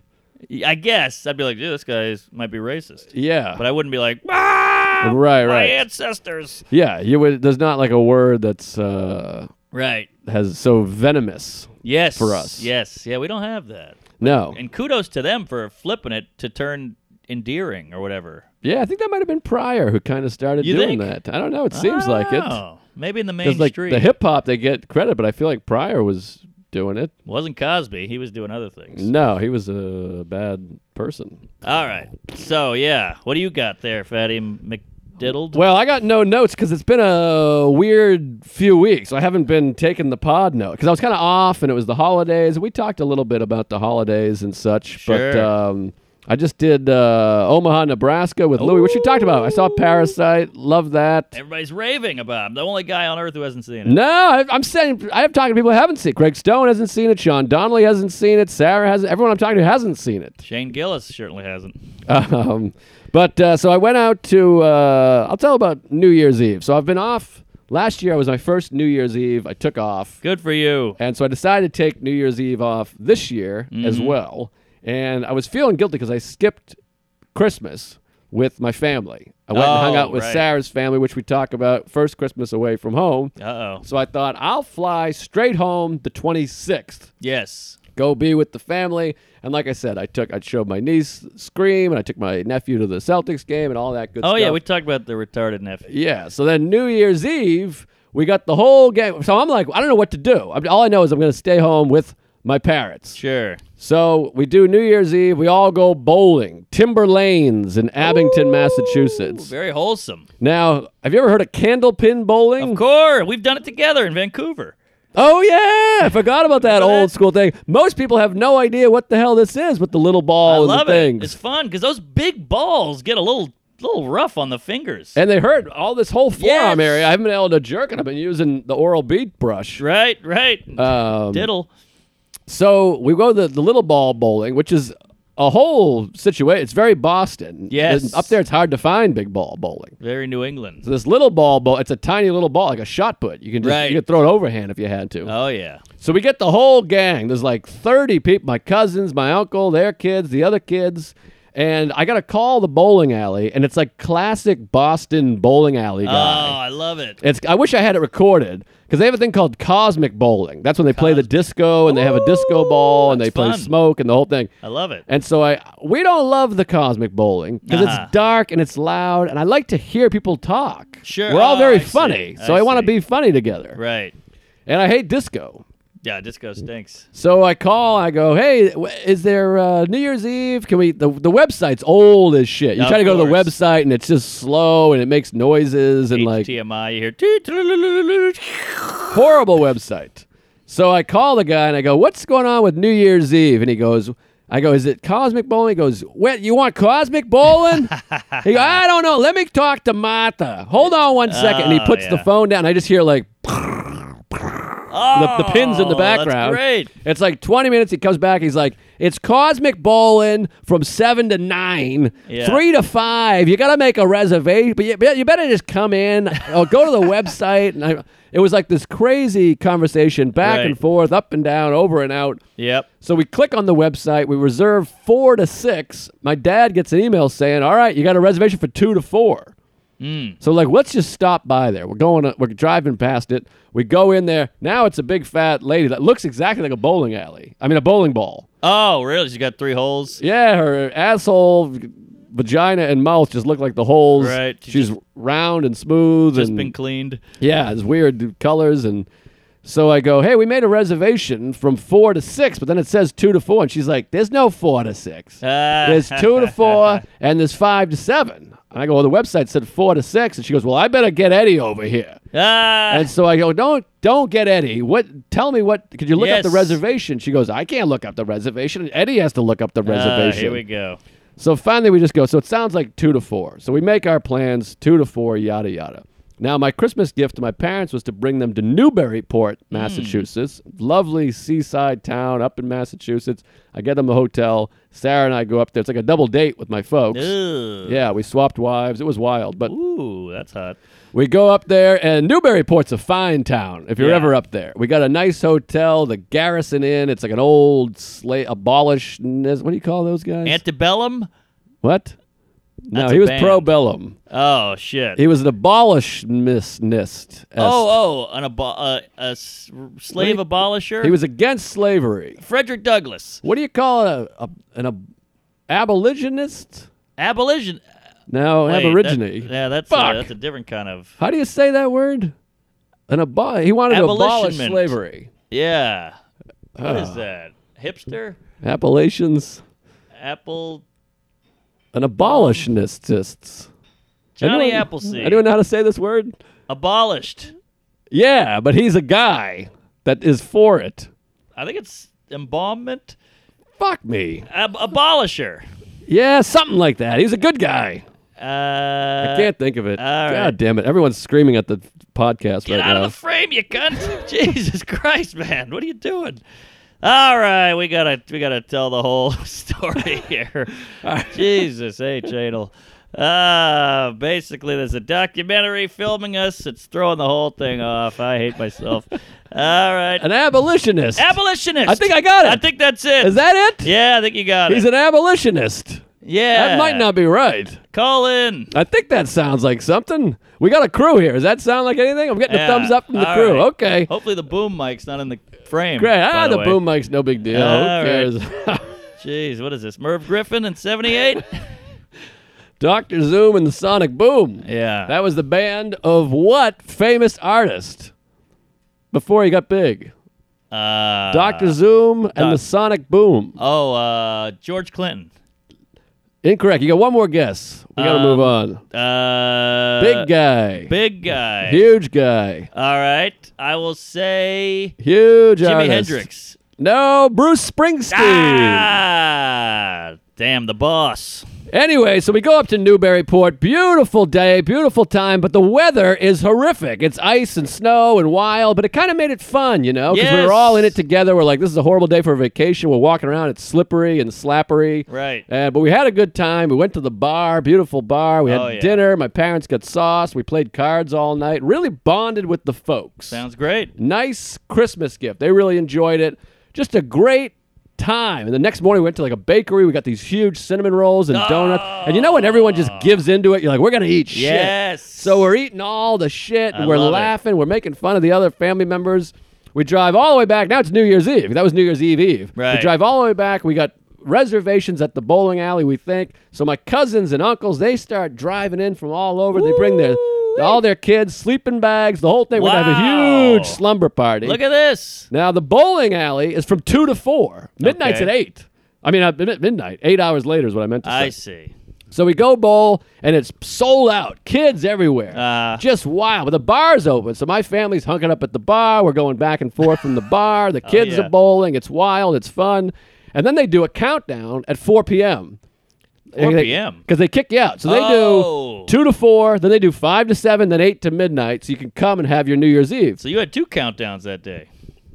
Speaker 2: I guess I'd be like, dude, this guy is, might be racist.
Speaker 3: Yeah,
Speaker 2: But I wouldn't be like, ah,
Speaker 3: Right,
Speaker 2: my
Speaker 3: right.
Speaker 2: ancestors.
Speaker 3: yeah. You would. There's not like a word that's uh
Speaker 2: Right.
Speaker 3: has so venomous.
Speaker 2: Yes.
Speaker 3: For us.
Speaker 2: Yes. Yeah, we don't have that.
Speaker 3: No.
Speaker 2: And kudos to them for flipping it to turn endearing or whatever.
Speaker 3: Yeah, I think that might have been Pryor who kind of started
Speaker 2: You
Speaker 3: doing
Speaker 2: think?
Speaker 3: that. I don't know. It seems like it.
Speaker 2: Oh, maybe in the main
Speaker 3: Because like
Speaker 2: street.
Speaker 3: the hip hop, they get credit, but I feel like Pryor was doing it.
Speaker 2: Wasn't Cosby. He was doing other things.
Speaker 3: No, he was a bad person.
Speaker 2: All right. So, yeah. What do you got there, Fatty McDiddled?
Speaker 3: Well, I got no notes because it's been a weird few weeks. I haven't been taking the pod note because I was kind of off, and it was the holidays. We talked a little bit about the holidays and such, but
Speaker 2: Sure.
Speaker 3: um, I just did uh, Omaha, Nebraska with Louie, which you talked about. I saw Parasite, love that.
Speaker 2: Everybody's raving about him. The only guy on earth who hasn't seen it.
Speaker 3: No, I, I'm saying I'm talking to people who haven't seen it. Greg Stone hasn't seen it. Sean Donnelly hasn't seen it. Sarah hasn't. Everyone I'm talking to hasn't seen it.
Speaker 2: Shane Gillis certainly hasn't.
Speaker 3: Um, but uh, so I went out to. Uh, I'll tell about New Year's Eve. So I've been off. Last year was my first New Year's Eve. I took off,
Speaker 2: Good for you.
Speaker 3: and so I decided to take New Year's Eve off this year
Speaker 2: Mm-hmm.
Speaker 3: as well. And I was feeling guilty because I skipped Christmas with my family. I went and hung
Speaker 2: Oh,
Speaker 3: out with
Speaker 2: right.
Speaker 3: Sarah's family, which we talk about first Christmas away from home.
Speaker 2: Uh oh.
Speaker 3: So I thought I'll fly straight home the 26th
Speaker 2: Yes.
Speaker 3: go be with the family. And like I said, I took I showed my niece Scream, and I took my nephew to the Celtics game, and all that good
Speaker 2: Oh
Speaker 3: stuff.
Speaker 2: yeah, we talked about the retarded nephew.
Speaker 3: yeah. So then New Year's Eve, we got the whole game. So I'm like, I don't know what to do. I mean, all I know is I'm going to stay home with my parents.
Speaker 2: Sure.
Speaker 3: So we do New Year's Eve. We all go bowling, Timber Lanes in Abington, Massachusetts.
Speaker 2: Very wholesome.
Speaker 3: Now, have you ever heard of candlepin bowling?
Speaker 2: Of course, we've done it together in Vancouver.
Speaker 3: Oh yeah, I forgot about that
Speaker 2: Remember that?
Speaker 3: old school thing. Most people have no idea what the hell this is with the little ball
Speaker 2: I
Speaker 3: and
Speaker 2: love
Speaker 3: the
Speaker 2: it.
Speaker 3: things.
Speaker 2: It's fun because those big balls get a little little rough on the fingers.
Speaker 3: And they hurt all this whole forearm
Speaker 2: Yes.
Speaker 3: area. I haven't been able to jerk it. I've been using the oral bead brush.
Speaker 2: right. Right.
Speaker 3: Um,
Speaker 2: Diddle.
Speaker 3: so we go to the, the little ball bowling, which is a whole situation. It's very Boston.
Speaker 2: Yes.
Speaker 3: And up there, it's hard to find big ball bowling.
Speaker 2: Very New England.
Speaker 3: So this little ball bowl, it's a tiny little ball, like a shot put. You can just
Speaker 2: Right.
Speaker 3: you can throw it overhand if you had to.
Speaker 2: Oh yeah.
Speaker 3: So we get the whole gang. There's like 30 people my cousins, my uncle, their kids, the other kids. And I got to call the bowling alley, and it's like classic Boston bowling alley
Speaker 2: Oh,
Speaker 3: guy.
Speaker 2: I love it.
Speaker 3: It's. I wish I had it recorded because they have a thing called cosmic bowling. That's when they play the disco and they have a disco ball and they
Speaker 2: that's
Speaker 3: play
Speaker 2: fun. Uh.
Speaker 3: smoke and the whole thing.
Speaker 2: I love it.
Speaker 3: And so I, we don't love the cosmic bowling because
Speaker 2: Uh-huh.
Speaker 3: it's dark and it's loud, and I like to hear people talk.
Speaker 2: Sure.
Speaker 3: we're all
Speaker 2: Oh,
Speaker 3: very
Speaker 2: I see.
Speaker 3: funny, so
Speaker 2: I
Speaker 3: I, want to
Speaker 2: see.
Speaker 3: be funny together.
Speaker 2: Right.
Speaker 3: And I hate disco,
Speaker 2: Yeah, disco stinks.
Speaker 3: so I call. I go, "Hey, w- is there uh, New Year's Eve? Can we?" The, the website's old as shit. You
Speaker 2: Of
Speaker 3: try to go to the
Speaker 2: course.
Speaker 3: website, and it's just slow, and it makes noises, and like
Speaker 2: HTMI, you hear. "Tee, tee, lee, lee, lee, lee, lee."
Speaker 3: horrible website. So I call the guy and I go, "What's going on with New Year's Eve?" And he goes, "I go, is it cosmic bowling?" He goes, "What? You want cosmic bowling?" he go, "I don't know. Let me talk to Martha. Hold on one second. and he
Speaker 2: Oh,
Speaker 3: puts the
Speaker 2: yeah.
Speaker 3: phone down. I just hear like the, the pins in the
Speaker 2: Oh, that's
Speaker 3: background.
Speaker 2: great.
Speaker 3: It's like 20 minutes. He comes back. He's like, it's cosmic bowling from 7 to 9,
Speaker 2: Yeah.
Speaker 3: 3 to 5. You got to make a reservation, but you, but you better just come in or go to the website. And I, it was like this crazy conversation back
Speaker 2: Right.
Speaker 3: and forth, up and down, over and out.
Speaker 2: Yep.
Speaker 3: So we click on the website. We reserve 4 to 6. My dad gets an email saying, all right, you got a reservation for 2 to 4.
Speaker 2: Hmm.
Speaker 3: So like, let's just stop by there. We're going, uh, we're driving past it. We go in there. Now it's a big fat lady that looks exactly like a bowling alley. I mean, a bowling ball.
Speaker 2: Oh, really? She got three holes.
Speaker 3: Yeah, her asshole, vagina, and mouth just look like the holes.
Speaker 2: Right.
Speaker 3: She's round and smooth.
Speaker 2: Just
Speaker 3: and,
Speaker 2: been cleaned.
Speaker 3: yeah, it's weird colors and. So I go, hey, we made a reservation from four to six, but then it says two to four, and she's like, there's no four to six.
Speaker 2: Ah.
Speaker 3: There's two to four, and there's five to seven. And I go, well, the website said four to six, and she goes, well, I better get Eddie over here.
Speaker 2: Ah.
Speaker 3: And so I go, don't don't get Eddie. What? Tell me what? Could you look up the
Speaker 2: Yes.
Speaker 3: reservation? She goes, I can't look up the reservation. Eddie has to look up the
Speaker 2: Ah,
Speaker 3: reservation.
Speaker 2: here we go.
Speaker 3: So finally, we just go. So it sounds like two to four. So we make our plans two to four, yada yada. Now, my Christmas gift to my parents was to bring them to Newburyport,
Speaker 2: Hmm.
Speaker 3: Massachusetts. Lovely seaside town up in Massachusetts. I get them a hotel. Sarah and I go up there. It's like a double date with my folks.
Speaker 2: Ugh.
Speaker 3: Yeah, we swapped wives. It was wild. But
Speaker 2: Ooh, that's hot.
Speaker 3: we go up there, and Newburyport's a fine town if you're
Speaker 2: Yeah.
Speaker 3: ever up there. We got a nice hotel, the Garrison Inn. It's like an old, sla- abolished. What do you call those guys?
Speaker 2: Antebellum?
Speaker 3: what? No,
Speaker 2: That's
Speaker 3: he
Speaker 2: a
Speaker 3: was
Speaker 2: band.
Speaker 3: pro bellum.
Speaker 2: Oh shit.
Speaker 3: He was an abolitionist.
Speaker 2: oh, oh, an abo- uh, a s- slave
Speaker 3: What
Speaker 2: abolisher.
Speaker 3: He was against slavery.
Speaker 2: Frederick Douglass,
Speaker 3: What do you call a, a an ab- abolitionist?
Speaker 2: abolition.
Speaker 3: No,
Speaker 2: Wait,
Speaker 3: aborigine.
Speaker 2: that- yeah, that's
Speaker 3: Fuck.
Speaker 2: uh, that's a different kind of.
Speaker 3: How do you say that word? An abol. He wanted to abolish
Speaker 2: Abolitionment.
Speaker 3: slavery.
Speaker 2: Yeah. What is that? Hipster?
Speaker 3: Appalachians.
Speaker 2: Apple?
Speaker 3: An abolitionist.
Speaker 2: Johnny
Speaker 3: Anyone-
Speaker 2: Appleseed.
Speaker 3: Anyone know how to say this word?
Speaker 2: Abolished.
Speaker 3: Yeah, but he's a guy that is for it.
Speaker 2: I think it's embalmment.
Speaker 3: Fuck me.
Speaker 2: Ab- abolisher.
Speaker 3: Yeah, something like that. He's a good guy. I
Speaker 2: Uh,
Speaker 3: can't think of it.
Speaker 2: all
Speaker 3: God
Speaker 2: right.
Speaker 3: damn it. Everyone's screaming at the podcast
Speaker 2: Get
Speaker 3: right
Speaker 2: out
Speaker 3: now.
Speaker 2: of the frame, you cunt! Jesus Christ, man, what are you doing? All right, we gotta we gotta tell the whole story here. Jesus H. Adel. Uh, basically, there's a documentary filming us. It's throwing the whole thing off. I hate myself. All right,
Speaker 3: an abolitionist.
Speaker 2: abolitionist.
Speaker 3: I think I got it.
Speaker 2: I think that's it.
Speaker 3: Is that it?
Speaker 2: yeah, I think you got
Speaker 3: He's
Speaker 2: it.
Speaker 3: an abolitionist.
Speaker 2: yeah,
Speaker 3: That might not be right.
Speaker 2: Call in.
Speaker 3: I think that sounds like something. We got a crew here. Does that sound like anything? I'm getting
Speaker 2: Yeah,
Speaker 3: a thumbs up from the
Speaker 2: all
Speaker 3: crew.
Speaker 2: right.
Speaker 3: Okay.
Speaker 2: Hopefully, the boom mic's not in the frame.
Speaker 3: Great. Ah,
Speaker 2: by
Speaker 3: the
Speaker 2: way.
Speaker 3: boom mic's no big deal.
Speaker 2: All
Speaker 3: Who cares?
Speaker 2: Jeez, what is this? Merv Griffin in '78.
Speaker 3: Dr. Zoom and the Sonic Boom.
Speaker 2: Yeah.
Speaker 3: That was the band of what famous artist before he got big?
Speaker 2: Uh,
Speaker 3: Dr. Zoom and
Speaker 2: Doc-
Speaker 3: the Sonic Boom.
Speaker 2: Oh, uh, George Clinton.
Speaker 3: Incorrect. You got one more guess. We got to move on.
Speaker 2: Um, Uh,
Speaker 3: Big guy.
Speaker 2: Big guy.
Speaker 3: Huge guy.
Speaker 2: All right. I will say
Speaker 3: Huge
Speaker 2: Jimi
Speaker 3: artist.
Speaker 2: Hendrix.
Speaker 3: No, Bruce Springsteen.
Speaker 2: Ah, damn the boss.
Speaker 3: Anyway, so we go up to Newburyport. Beautiful day, beautiful time, but the weather is horrific. It's ice and snow and wild, but it kind of made it fun, you know, because we
Speaker 2: Yes.
Speaker 3: were all in it together. We're like, this is a horrible day for a vacation. We're walking around. It's slippery and slappery.
Speaker 2: Right.
Speaker 3: Uh, but we had a good time. We went to the bar, beautiful bar. We had
Speaker 2: Oh, yeah.
Speaker 3: dinner. My parents got sauce. We played cards all night. Really bonded with the folks.
Speaker 2: Sounds great.
Speaker 3: Nice Christmas gift. They really enjoyed it. Just a great time. And the next morning, we went to like a bakery. We got these huge cinnamon rolls and donuts. And you know when everyone just
Speaker 2: Oh.
Speaker 3: gives into it, you're like, we're gonna eat shit.
Speaker 2: Yes.
Speaker 3: So we're eating all the shit.
Speaker 2: I
Speaker 3: And we're
Speaker 2: love it.
Speaker 3: laughing. We're making fun of the other family members. We drive all the way back. Now it's New Year's Eve. That was New Year's Eve Eve.
Speaker 2: Right.
Speaker 3: We drive all the way back. We got reservations at the bowling alley. We think so. My cousins and uncles they start driving in from all over. They bring their all their kids, sleeping bags, the whole thing. We're gonna have
Speaker 2: Wow.
Speaker 3: a huge slumber party.
Speaker 2: Look at this.
Speaker 3: Now the bowling alley is from two to four. Midnight's
Speaker 2: Okay.
Speaker 3: at eight. I mean, at mid- midnight. Eight hours later is what I meant to say.
Speaker 2: I see.
Speaker 3: So we go bowl, and it's sold out. Kids everywhere.
Speaker 2: Ah.
Speaker 3: Just wild. But the bar's open, so my family's hunking up at the bar. We're going back and forth from the bar. The kids
Speaker 2: Oh, yeah.
Speaker 3: are bowling. It's wild. It's fun. And then they do a countdown at 4 p.m.
Speaker 2: 4 p.m.?
Speaker 3: Because they kick you out. So they
Speaker 2: Oh.
Speaker 3: do 2 to 4, then they do 5 to 7, then 8 to midnight, so you can come and have your New Year's Eve.
Speaker 2: So you had two countdowns that day.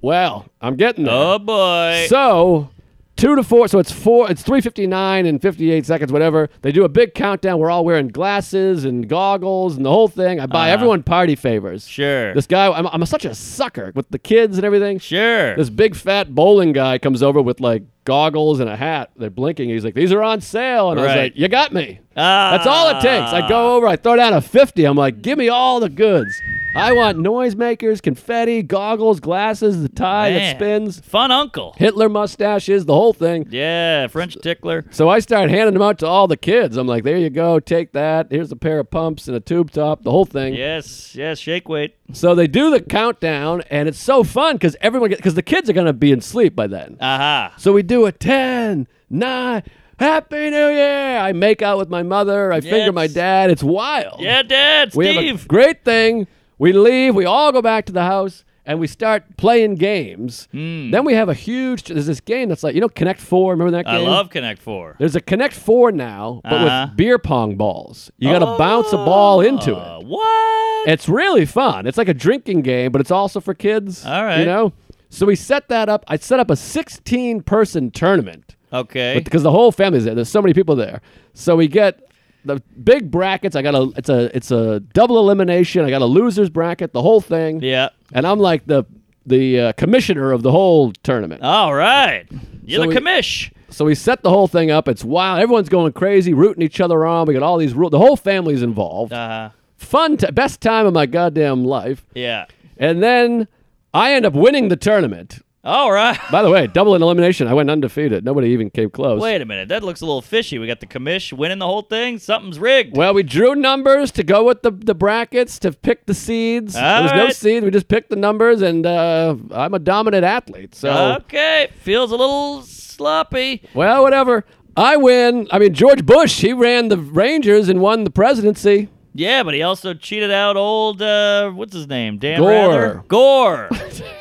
Speaker 3: Well, I'm getting there.
Speaker 2: Oh boy.
Speaker 3: So two to four. So it's four. It's three fifty nine and fifty eight seconds, whatever. They do a big countdown. We're all wearing glasses and goggles and the whole thing. I buy everyone party favors.
Speaker 2: Uh-huh. sure.
Speaker 3: This guy, I'm, I'm such a sucker with the kids and everything.
Speaker 2: sure.
Speaker 3: This big fat bowling guy comes over with like goggles and a hat. They're blinking. He's like, "These are on sale," and I was
Speaker 2: Right.
Speaker 3: like, "You got me."
Speaker 2: ah,
Speaker 3: That's all it takes. I go over, I throw down a 50. I'm like, give me all the goods. I want noisemakers, confetti, goggles, glasses, the tie
Speaker 2: Man.
Speaker 3: that spins.
Speaker 2: Fun uncle.
Speaker 3: Hitler mustaches, the whole thing.
Speaker 2: Yeah, French tickler.
Speaker 3: So I started handing them out to all the kids. I'm like, there you go, take that. Here's a pair of pumps and a tube top, the whole thing.
Speaker 2: Yes, yes, shake weight.
Speaker 3: So they do the countdown, and it's so fun because everyone, because the kids are going to be in sleep by then.
Speaker 2: Aha.
Speaker 3: So we do a 10, 9, Happy New Year. I make out with my mother, I finger my
Speaker 2: Yes.
Speaker 3: dad. It's wild.
Speaker 2: Yeah, Dad,
Speaker 3: We
Speaker 2: Steve.
Speaker 3: have a great thing. We leave. We all go back to the house. and we start playing games.
Speaker 2: Hmm.
Speaker 3: Then we have a huge. There's this game that's like you know Connect Four. Remember that game?
Speaker 2: I love Connect Four.
Speaker 3: There's a Connect Four now, but
Speaker 2: Uh-huh.
Speaker 3: with beer pong balls. You got to bounce a ball into it.
Speaker 2: Uh, what?
Speaker 3: It's really fun. It's like a drinking game, but it's also for kids.
Speaker 2: All right.
Speaker 3: You know? So we set that up. I set up a 16 person tournament
Speaker 2: Okay.
Speaker 3: because the whole family's there. There's so many people there. So we get the big brackets. I got a it's a it's a double elimination. I got a losers bracket, the whole thing.
Speaker 2: yeah.
Speaker 3: And I'm like the the uh, commissioner of the whole tournament.
Speaker 2: All right. You're
Speaker 3: So
Speaker 2: the
Speaker 3: we-
Speaker 2: commish.
Speaker 3: So we set the whole thing up. It's wild. Everyone's going crazy, rooting each other on. We got all these rules. The whole family's involved.
Speaker 2: Uh,
Speaker 3: Fun, t- best time of my goddamn life.
Speaker 2: yeah.
Speaker 3: And then I end up winning the tournament.
Speaker 2: All right.
Speaker 3: By the way, double in elimination. I went undefeated. Nobody even came close.
Speaker 2: Wait a minute. That looks a little fishy. We got the commish winning the whole thing. Something's rigged.
Speaker 3: Well, we drew numbers to go with the, the brackets to pick the seeds.
Speaker 2: All
Speaker 3: there was no
Speaker 2: right.
Speaker 3: seeds. We just picked the numbers, and uh, I'm a dominant athlete. So,
Speaker 2: Uh-huh. okay. Feels a little sloppy.
Speaker 3: well, whatever. I win. I mean, George Bush, he ran the Rangers and won the presidency.
Speaker 2: Yeah, but he also cheated out old uh, what's his name? Dan
Speaker 3: Gore.
Speaker 2: Rather? Gore.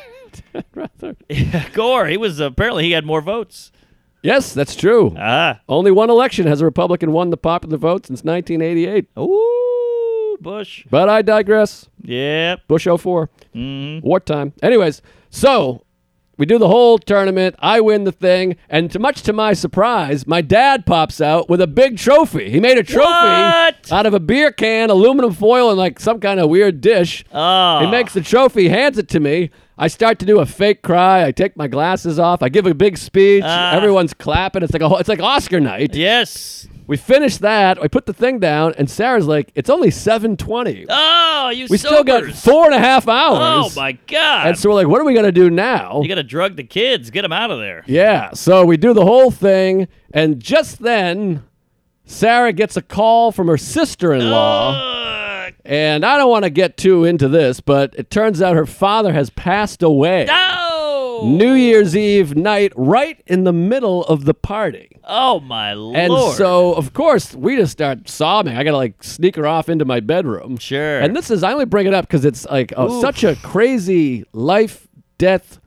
Speaker 2: Yeah, Gore. He was apparently he had more votes.
Speaker 3: Yes, that's true.
Speaker 2: Ah.
Speaker 3: Only one election has a Republican won the popular vote since 1988.
Speaker 2: Ooh, Bush.
Speaker 3: But I digress.
Speaker 2: Yep. Mm-hmm.
Speaker 3: Bush 4
Speaker 2: Hmm.
Speaker 3: Wartime. Anyways, so we do the whole tournament. I win the thing. And to much to my surprise, my dad pops out with a big trophy. He made a trophy
Speaker 2: What?
Speaker 3: out of a beer can, aluminum foil, and like some kind of weird dish.
Speaker 2: Oh.
Speaker 3: He makes the trophy, hands it to me. I start to do a fake cry. I take my glasses off. I give a big speech.
Speaker 2: Ah.
Speaker 3: Everyone's clapping. It's like a, whole- it's like Oscar night.
Speaker 2: Yes.
Speaker 3: We finish that. I put the thing down, and Sarah's like, "It's only 7:20.
Speaker 2: Oh, you
Speaker 3: we still got
Speaker 2: sobers.
Speaker 3: four and a half hours."
Speaker 2: Oh my god.
Speaker 3: And so we're like, what are we going to do now?
Speaker 2: you got to drug the kids. Get them out of there.
Speaker 3: yeah. So we do the whole thing. And just then, Sarah gets a call from her sister in
Speaker 2: Oh.
Speaker 3: law.
Speaker 2: Ugh.
Speaker 3: And I don't want to get too into this, but it turns out her father has passed away.
Speaker 2: No.
Speaker 3: New Year's Eve night, right in the middle of the party.
Speaker 2: Oh my
Speaker 3: And
Speaker 2: lord.
Speaker 3: so, of course, we just start sobbing. I got to like sneak her off into my bedroom.
Speaker 2: Sure.
Speaker 3: And this is, I only bring it up because it's like oh, such a crazy life, death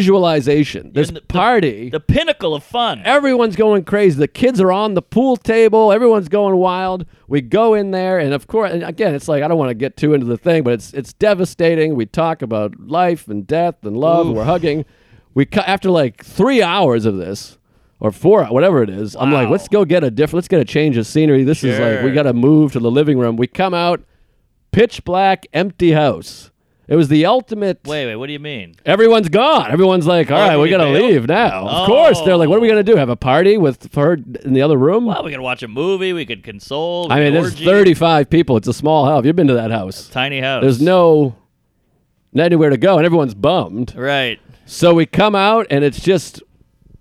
Speaker 3: visualization. This
Speaker 2: And the- the-
Speaker 3: party,
Speaker 2: the pinnacle of fun.
Speaker 3: everyone's going crazy. The kids are on the pool table, everyone's going wild. We go in there, and of course, and again, it's like I don't want to get too into the thing, but it's it's devastating. We talk about life and death and love. and We're hugging. We cut after like three hours of this. Or four, whatever it is. I'm like,
Speaker 2: Wow.
Speaker 3: let's go get a different. Let's get a change of scenery. This is like we
Speaker 2: Sure.
Speaker 3: got to move to the living room. We come out, pitch black, empty house. It was the ultimate.
Speaker 2: Wait, wait. What do you mean?
Speaker 3: Everyone's gone. Everyone's like, all
Speaker 2: Oh,
Speaker 3: right,
Speaker 2: did
Speaker 3: we
Speaker 2: he
Speaker 3: gotta
Speaker 2: bail?
Speaker 3: leave now. Of
Speaker 2: Oh.
Speaker 3: course, they're like, what are we gonna do? Have a party with her in the other room?
Speaker 2: Well, Oh, we could watch a movie. We could console. we
Speaker 3: I mean,
Speaker 2: could
Speaker 3: there's
Speaker 2: orgy.
Speaker 3: 35 people. It's a small house. You've been to that house.
Speaker 2: tiny house.
Speaker 3: There's no anywhere to go, and everyone's bummed.
Speaker 2: right.
Speaker 3: So we come out, and it's just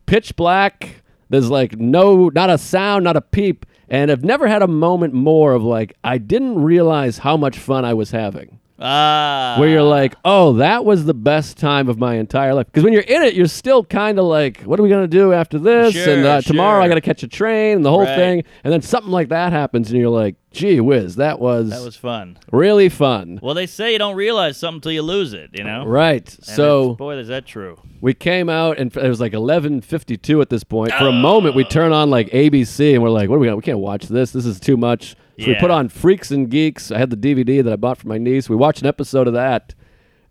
Speaker 3: pitch black. There's like no, not a sound, not a peep. And I've never had a moment more of like, I didn't realize how much fun I was having.
Speaker 2: Ah,
Speaker 3: where you're like, oh, that was the best time of my entire life. Because when you're in it, you're still kind of like, what are we gonna do after this?
Speaker 2: Sure,
Speaker 3: and uh, tomorrow I
Speaker 2: sure.
Speaker 3: gotta catch a train and the whole
Speaker 2: Right.
Speaker 3: thing. And then something like that happens, and you're like, gee whiz, that was,
Speaker 2: that was fun.
Speaker 3: really fun.
Speaker 2: Well, they say you don't realize something till you lose it. You know.
Speaker 3: Right.
Speaker 2: And
Speaker 3: so
Speaker 2: it's- boy, is that true?
Speaker 3: we came out, and it was like 11:52 at this point. For a moment, we turn on like ABC, and we're like, what are we gonna? We can't watch this. This is too much. So we
Speaker 2: Yeah.
Speaker 3: put on Freaks and Geeks. I had the DVD that I bought for my niece. We watched an episode of that.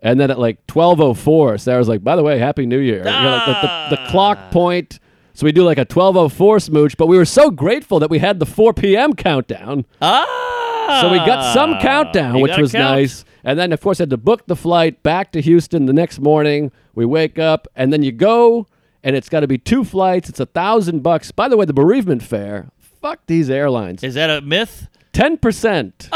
Speaker 3: And then at like 12:04, Sarah's like, "By the way, Happy New Year!" You know, like the, the, the clock point. So we do like a 12:04 smooch, but we were so grateful that we had the 4 p.m. countdown.
Speaker 2: Ah.
Speaker 3: So we got some countdown,
Speaker 2: You
Speaker 3: which
Speaker 2: gotta
Speaker 3: was
Speaker 2: count.
Speaker 3: nice. And then, of course, had to book the flight back to Houston the next morning. We wake up, and then you go, and it's got to be two flights. It's a thousand bucks. By the way, the bereavement fare. Fuck these airlines.
Speaker 2: Is that a myth?
Speaker 3: Ten percent.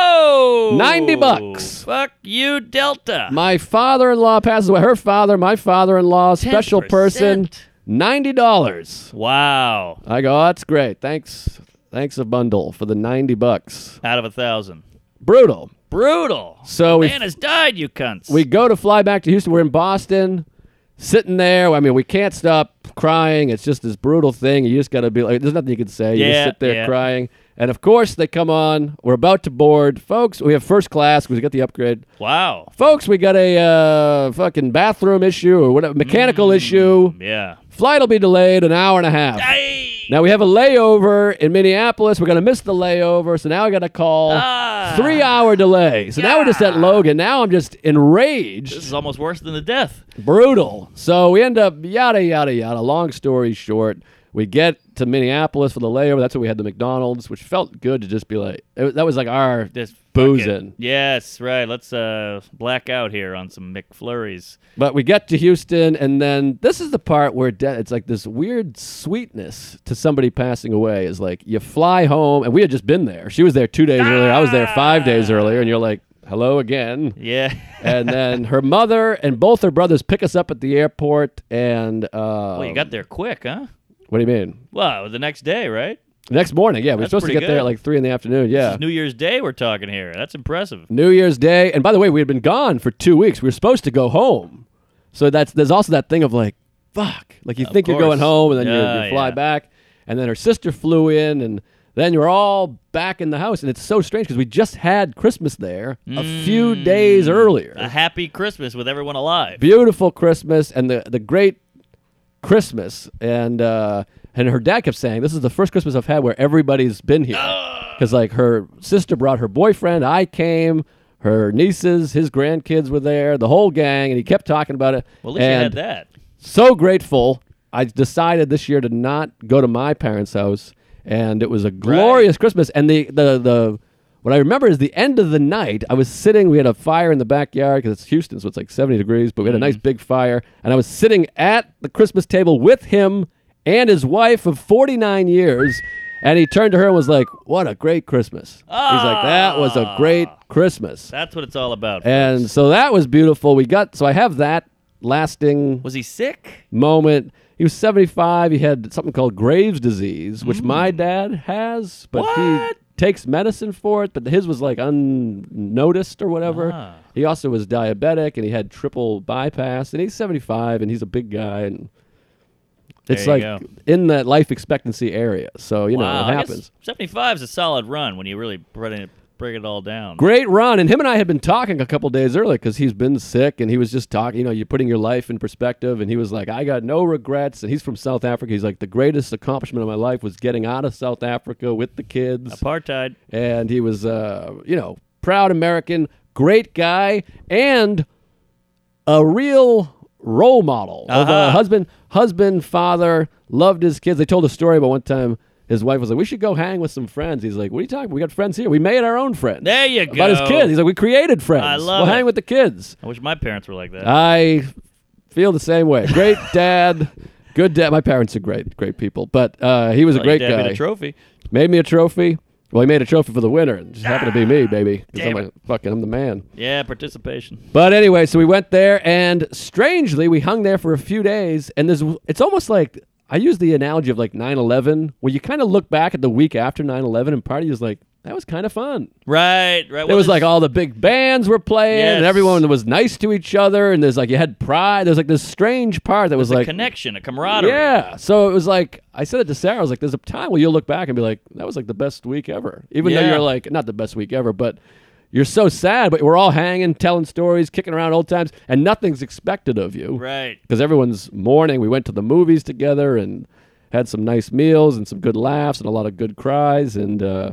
Speaker 2: Oh,
Speaker 3: 90 bucks.
Speaker 2: Fuck you, Delta.
Speaker 3: My father-in-law passes away. Her father, my father-in-law, special person.
Speaker 2: 10%.
Speaker 3: Ninety dollars.
Speaker 2: wow.
Speaker 3: I go. "Oh, that's great. Thanks. Thanks a bundle for the ninety bucks.
Speaker 2: Out of a thousand.
Speaker 3: Brutal.
Speaker 2: Brutal.
Speaker 3: So we
Speaker 2: man has died, you cunts.
Speaker 3: We go to fly back to Houston. We're in Boston. sitting there. I mean, we can't stop crying. It's just this brutal thing. You just got to be like, there's nothing you can say. you
Speaker 2: Yeah,
Speaker 3: just sit there
Speaker 2: yeah.
Speaker 3: crying. And of course, they come on. We're about to board. Folks, we have first class 'cause we got the upgrade.
Speaker 2: Wow.
Speaker 3: Folks, we got a uh, fucking bathroom issue or whatever,
Speaker 2: Mm.
Speaker 3: mechanical issue.
Speaker 2: Yeah.
Speaker 3: Flight will be delayed an hour and a half.
Speaker 2: Hey.
Speaker 3: Now we have a layover in Minneapolis. We're gonna miss the layover, so now I gotta call
Speaker 2: Ah.
Speaker 3: three hour delay. So now we're just at Logan. Now I'm just
Speaker 2: This
Speaker 3: enraged,
Speaker 2: is almost worse than the death.
Speaker 3: brutal. So we end up yada yada yada. Long story short, we get to Minneapolis for the layover. That's where we had the McDonald's, which felt good to just be like it- that was like our
Speaker 2: Just fuck it.
Speaker 3: boozing.
Speaker 2: Yes, right. Let's uh black out here on some McFlurries.
Speaker 3: But we get to Houston, and then this is the part where de- it's like this weird sweetness to somebody passing away. Is like you fly home, and we had just been there. She was there two days earlier. I was there five days earlier, and you're like, "Hello again."
Speaker 2: Yeah.
Speaker 3: and then her mother and both her brothers pick us up at the airport, and uh, well,
Speaker 2: well, you got there quick, huh?
Speaker 3: what do you mean?
Speaker 2: Well, the next day, right?
Speaker 3: Next morning, yeah, we we're
Speaker 2: That's
Speaker 3: supposed to
Speaker 2: pretty
Speaker 3: get there
Speaker 2: good.
Speaker 3: at like three in the afternoon. Yeah,
Speaker 2: It's New Year's Day we're talking here. That's impressive.
Speaker 3: New Year's Day, and by the way, we had been gone for two weeks. We were supposed to go home, so that's there's also that thing of like, fuck, like you think you're
Speaker 2: course.
Speaker 3: going home, and then you,
Speaker 2: Yeah,
Speaker 3: you fly
Speaker 2: yeah.
Speaker 3: back, and then her sister flew in, and then you're all back in the house, and it's so strange because we just had Christmas there a few
Speaker 2: Mm.
Speaker 3: days earlier.
Speaker 2: A happy Christmas with everyone alive.
Speaker 3: Beautiful Christmas, and the the great Christmas, and uh, and her dad kept saying, "This is the first Christmas I've had where everybody's been here." Because like her sister brought her boyfriend, I came, her nieces, his grandkids were there, the whole gang, and he kept talking about it.
Speaker 2: Well, at least
Speaker 3: and
Speaker 2: you had that.
Speaker 3: So grateful, I decided this year to not go to my parents' house, and it was a glorious Christmas. And the the the. What I remember is the end of the night. I was sitting. We had a fire in the backyard because it's Houston, so it's like 70 degrees. But we had a nice big fire, and I was sitting at the Christmas table with him and his wife of 49 years. And he turned to her and was like, "What a great Christmas!" He's like, "That was a great Christmas."
Speaker 2: That's what it's all about.
Speaker 3: And so that was beautiful. We got so I have that lasting
Speaker 2: was he sick?
Speaker 3: moment. He was 75. He had something called Graves' disease, which my dad has, but he
Speaker 2: Mm. What?
Speaker 3: takes medicine for it. But his was like unnoticed or whatever.
Speaker 2: Ah.
Speaker 3: He also was diabetic and he had triple bypass. And he's 75 and he's a big guy. And it's
Speaker 2: There
Speaker 3: like
Speaker 2: you
Speaker 3: in that life expectancy area. So, you know, it
Speaker 2: I guess
Speaker 3: happens.
Speaker 2: 75 is a solid run when you really bring it, bring it all down.
Speaker 3: Great run. And him and I had been talking a couple days earlier because he's been sick and he was just talking, you know, you're putting your life in perspective. And he was like, I got no regrets. And he's from South Africa. He's like, the greatest accomplishment of my life was getting out of South Africa with the kids.
Speaker 2: Apartheid.
Speaker 3: And he was, uh, you know, proud American, great guy, and a real role model of a
Speaker 2: Uh-huh.
Speaker 3: husband, husband, father, loved his kids. They told a story about one time. His wife was like, "We should go hang with some friends." He's like, "What are you talking? We got friends here. We made our own friends."
Speaker 2: There you
Speaker 3: about his
Speaker 2: go.
Speaker 3: kids. He's like, we created friends.
Speaker 2: I love
Speaker 3: We'll
Speaker 2: it.
Speaker 3: hang with the kids.
Speaker 2: I wish my parents were like that.
Speaker 3: Ah, I feel the same way. Great dad, good dad. My parents are great, great people. But uh, he was a
Speaker 2: Well,
Speaker 3: great
Speaker 2: your dad made
Speaker 3: guy.
Speaker 2: a trophy.
Speaker 3: made me a trophy. Well, he made a trophy for the winner, and it just happened to be me, baby. 'Cause
Speaker 2: Ah, damn
Speaker 3: I'm like, fucking, I'm the man.
Speaker 2: Yeah, participation.
Speaker 3: But anyway, so we went there, and strangely, we hung there for a few days. And there's, it's almost like I use the analogy of like 9/11, where you kind of look back at the week after 9/11, and part of you is like, that was kind of fun.
Speaker 2: Right, right.
Speaker 3: It was like all the big bands were playing, and
Speaker 2: Yes.
Speaker 3: everyone was nice to each other, and there's like you had pride. There's like this strange part that was
Speaker 2: a
Speaker 3: like,
Speaker 2: connection, a camaraderie.
Speaker 3: yeah. So it was like I said it to Sarah. I was like, "There's a time where you'll look back and be like, that was like the best week ever," even though
Speaker 2: Yeah.
Speaker 3: you're like not the best week ever, but you're so sad. But we're all hanging, telling stories, kicking around old times, and nothing's expected of you,
Speaker 2: Right.
Speaker 3: Because everyone's mourning. We went to the movies together and had some nice meals and some good laughs and a lot of good cries and. uh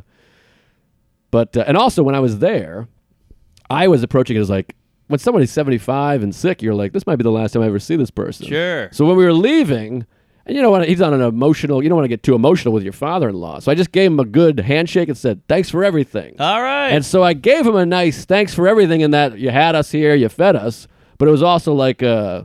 Speaker 3: but uh, and also when I was there, I was approaching it as like when somebody's seventy five and sick, you're like, this might be the last time I ever see this person.
Speaker 2: Sure.
Speaker 3: So when we were leaving, and you know what, he's on an emotional. You don't want to get too emotional with your father in law. So I just gave him a good handshake and said, thanks for everything.
Speaker 2: All right.
Speaker 3: and so I gave him a nice thanks for everything in that you had us here, you fed us, but it was also like uh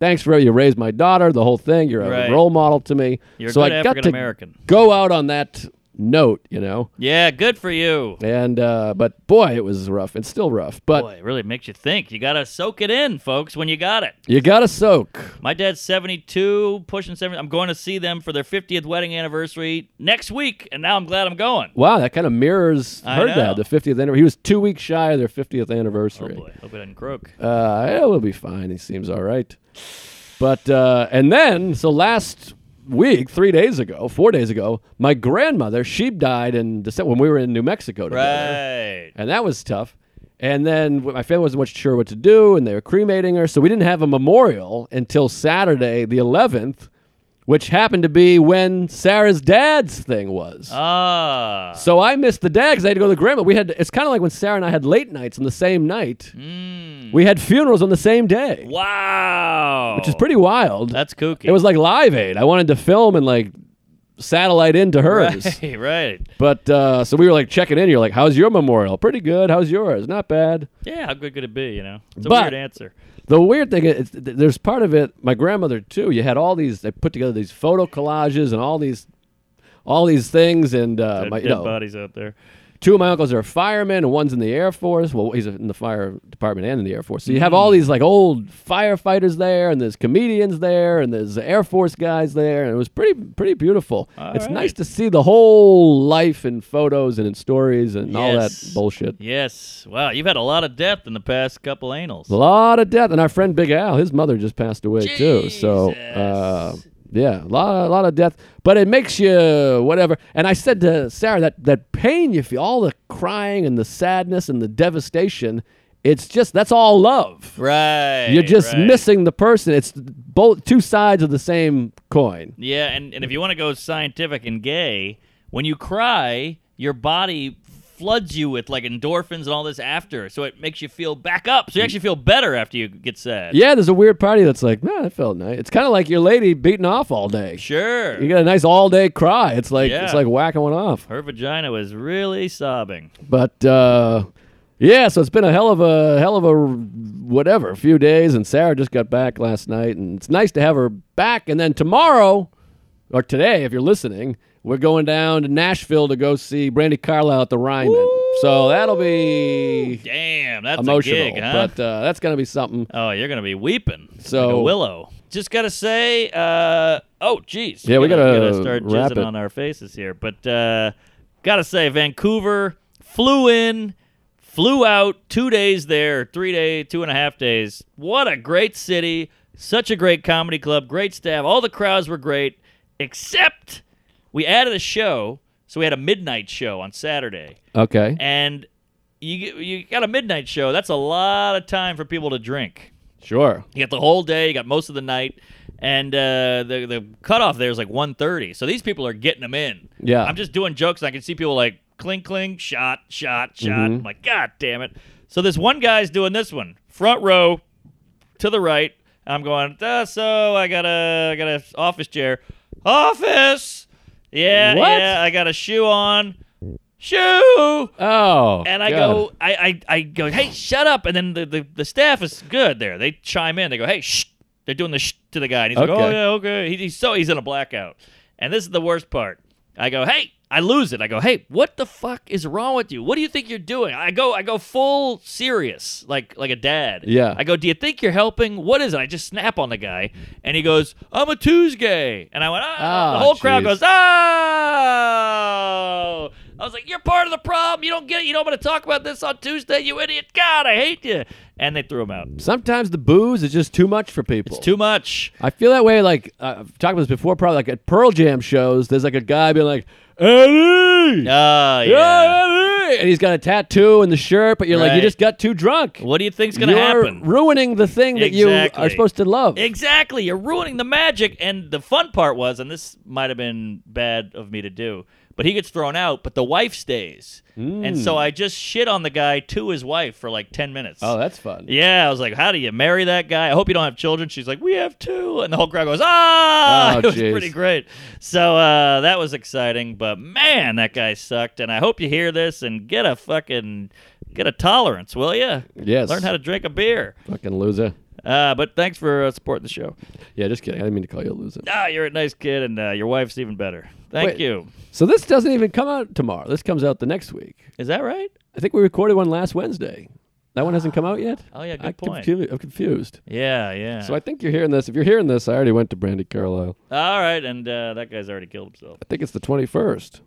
Speaker 3: Thanks for you raised my daughter, the whole thing. You're a
Speaker 2: Right.
Speaker 3: role model to me.
Speaker 2: You're a
Speaker 3: so
Speaker 2: good
Speaker 3: I got to
Speaker 2: African-American.
Speaker 3: go out on that note, you know.
Speaker 2: yeah, good for you.
Speaker 3: And uh, but boy, it was rough. It's still rough, but
Speaker 2: Boy, it really makes you think. You got to soak it in, folks, when you got it.
Speaker 3: you gotta soak.
Speaker 2: My dad's 72, pushing 70. I'm going to see them for their 50th wedding anniversary next week, and now I'm glad I'm going.
Speaker 3: Wow, that kind of mirrors
Speaker 2: I
Speaker 3: her
Speaker 2: know.
Speaker 3: dad. The 50th anniversary. He was two weeks shy of their 50th
Speaker 2: Oh,
Speaker 3: anniversary.
Speaker 2: boy. Hope it doesn't croak.
Speaker 3: uh, yeah, we'll be fine. He seems all right. But uh, and then so last week, three days ago, four days ago, my grandmother she died in December when we were in New Mexico together,
Speaker 2: Right.
Speaker 3: and that was tough. And then wh- my family wasn't much sure what to do, and they were cremating her, so we didn't have a memorial until Saturday, the 11th, which happened to be when Sarah's dad's thing was.
Speaker 2: Ah.
Speaker 3: So I missed the dad because I had to go to the grandma. We had it's kind of like when Sarah and I had late nights on the same night.
Speaker 2: Hmm. Mm.
Speaker 3: We had funerals on the same day,
Speaker 2: wow.
Speaker 3: which is pretty wild.
Speaker 2: That's kooky.
Speaker 3: It was like Live Aid. I wanted to film and like satellite into hers,
Speaker 2: right. right.
Speaker 3: but uh, so we were like checking in. You're like, "How's your memorial? Pretty good. How's yours? Not bad."
Speaker 2: Yeah. How good could it be? You know. It's a
Speaker 3: But-
Speaker 2: weird answer.
Speaker 3: The weird thing is, th- there's part of it. My grandmother too. You had all these. They put together these photo collages and all these, all these things. And uh,
Speaker 2: There are
Speaker 3: my, you
Speaker 2: dead
Speaker 3: know,
Speaker 2: bodies out there.
Speaker 3: two of my uncles are firemen and one's in the air force well he's in the fire department and in the air force so you have
Speaker 2: Mm.
Speaker 3: all these like old firefighters there and there's comedians there and there's air force guys there and it was pretty pretty beautiful it's
Speaker 2: right.
Speaker 3: nice to see the whole life in photos and in stories and all that
Speaker 2: Yes.
Speaker 3: bullshit
Speaker 2: Yes. Wow. You've had a lot of death in the past couple anals.
Speaker 3: a lot of death and our friend big al his mother just passed away too so uh,
Speaker 2: Jesus.
Speaker 3: yeah, a lot, a lot of death, but it makes you whatever. And I said to Sarah that that pain you feel, all the crying and the sadness and the devastation, it's just that's all love.
Speaker 2: Right.
Speaker 3: You're just
Speaker 2: right.
Speaker 3: missing the person. It's both two sides of the same coin.
Speaker 2: Yeah, and, and if you want to go scientific and gay, when you cry, your body floods you with like endorphins and all this after, so it makes you feel back up. So you actually feel better after you get sad.
Speaker 3: Yeah, there's a weird party that's like, man, that felt nice. It's kind of like your lady beating off all day.
Speaker 2: Sure.
Speaker 3: You got a nice all day cry. It's like
Speaker 2: Yeah.
Speaker 3: it's like whacking one off.
Speaker 2: Her vagina was really sobbing.
Speaker 3: But uh, yeah, so it's been a hell of a hell of a whatever few days, and Sarah just got back last night, and it's nice to have her back. And then tomorrow, or today, if you're listening, we're going down to Nashville to go see Brandy Carlisle at the Ryman. So that'll be
Speaker 2: Damn, that's
Speaker 3: emotional,
Speaker 2: a gig, huh?
Speaker 3: but uh, that's gonna be something.
Speaker 2: oh, you're gonna be weeping. like
Speaker 3: So-
Speaker 2: a willow. Just gotta say, uh, oh, jeez.
Speaker 3: Yeah, we
Speaker 2: Gotta-
Speaker 3: gotta
Speaker 2: gotta start
Speaker 3: wrap
Speaker 2: jizzing
Speaker 3: it.
Speaker 2: on our faces here. But uh, gotta say, Vancouver flew in, flew out, two days there, three day, two and a half days. What a great city! Such a great comedy club, great staff. All the crowds were great, except we added a show. So we had a midnight show on Saturday
Speaker 3: Okay,
Speaker 2: and you you got a midnight show. That's a lot of time for people to drink.
Speaker 3: sure.
Speaker 2: You got the whole day. You got most of the night, and uh, the the cutoff there is like 1.30. So these people are getting them in.
Speaker 3: Yeah.
Speaker 2: I'm just doing jokes. And I can see people like clink clink shot shot shot.
Speaker 3: Mm-hmm.
Speaker 2: I'm like, God damn it! So this one guy's doing this one front row to the right. and I'm going. "Uh, so I got a I got a office chair. Office. Yeah.
Speaker 3: What?
Speaker 2: Yeah. I got a shoe on. Shoe.
Speaker 3: Oh,
Speaker 2: And I
Speaker 3: God.
Speaker 2: go, I, I, I go, hey, shut up. And then the, the, the staff is good there. They chime in. They go, hey, shh. They're doing the shh to the guy. And he's like, oh,
Speaker 3: Okay.
Speaker 2: yeah, okay. He, he's so he's in a blackout. And this is the worst part. I go, hey, I lose it. I go, hey, what the fuck is wrong with you? What do you think you're doing? I go, I go full serious, like like a dad.
Speaker 3: Yeah.
Speaker 2: I go, do you think you're helping? What is it? I just snap on the guy, and he goes, I'm a Tuesday. And I went, ah.
Speaker 3: Ah,
Speaker 2: the whole crowd
Speaker 3: jeez.
Speaker 2: goes, oh. I was like, you're part of the problem. You don't get it. You don't want to talk about this on Tuesday, you idiot. God, I hate you. And they threw him out.
Speaker 3: Sometimes the booze is just too much for people.
Speaker 2: It's too much.
Speaker 3: I feel that way. Like uh, I've talked about this before. Probably like at Pearl Jam shows, there's like a guy being like, "Eddie,
Speaker 2: Ah, yeah.
Speaker 3: yeah, Eddie," and he's got a tattoo and the shirt. But you're like, you
Speaker 2: Right.
Speaker 3: just got too drunk.
Speaker 2: What do you think's going to
Speaker 3: you're
Speaker 2: happen?
Speaker 3: ruining the thing that you are
Speaker 2: Exactly.
Speaker 3: supposed to love.
Speaker 2: Exactly. You're ruining the magic. And the fun part was, and this might have been bad of me to do, but he gets thrown out, but the wife stays. And so I just shit on the guy to his wife for like 10 minutes.
Speaker 3: oh, that's fun.
Speaker 2: yeah, I was like, "How do you marry that guy?" I hope you don't have children. She's like, "We have two," and the whole crowd goes, "Ah!"
Speaker 3: Oh,
Speaker 2: it was
Speaker 3: jeez.
Speaker 2: pretty great. So uh, that was exciting, but man, that guy sucked. And I hope you hear this and get a fucking get a tolerance, will you?
Speaker 3: Yes.
Speaker 2: Learn how to drink a beer.
Speaker 3: Fucking loser.
Speaker 2: Uh, but thanks for uh, supporting the show.
Speaker 3: Yeah, just kidding. I didn't mean to call you a loser.
Speaker 2: Ah, you're a nice kid, and uh, your wife's even better. Thank
Speaker 3: Wait.
Speaker 2: you.
Speaker 3: So this doesn't even come out tomorrow. This comes out the next week.
Speaker 2: Is that right?
Speaker 3: I think we recorded one last Wednesday. That one hasn't come out yet.
Speaker 2: Oh, yeah, good
Speaker 3: I'm
Speaker 2: point.
Speaker 3: confu- I'm confused.
Speaker 2: Yeah, yeah.
Speaker 3: So I think you're hearing this. If you're hearing this, I already went to Brandy Carlisle.
Speaker 2: All right, and uh, that guy's already killed himself.
Speaker 3: I think it's the 21st.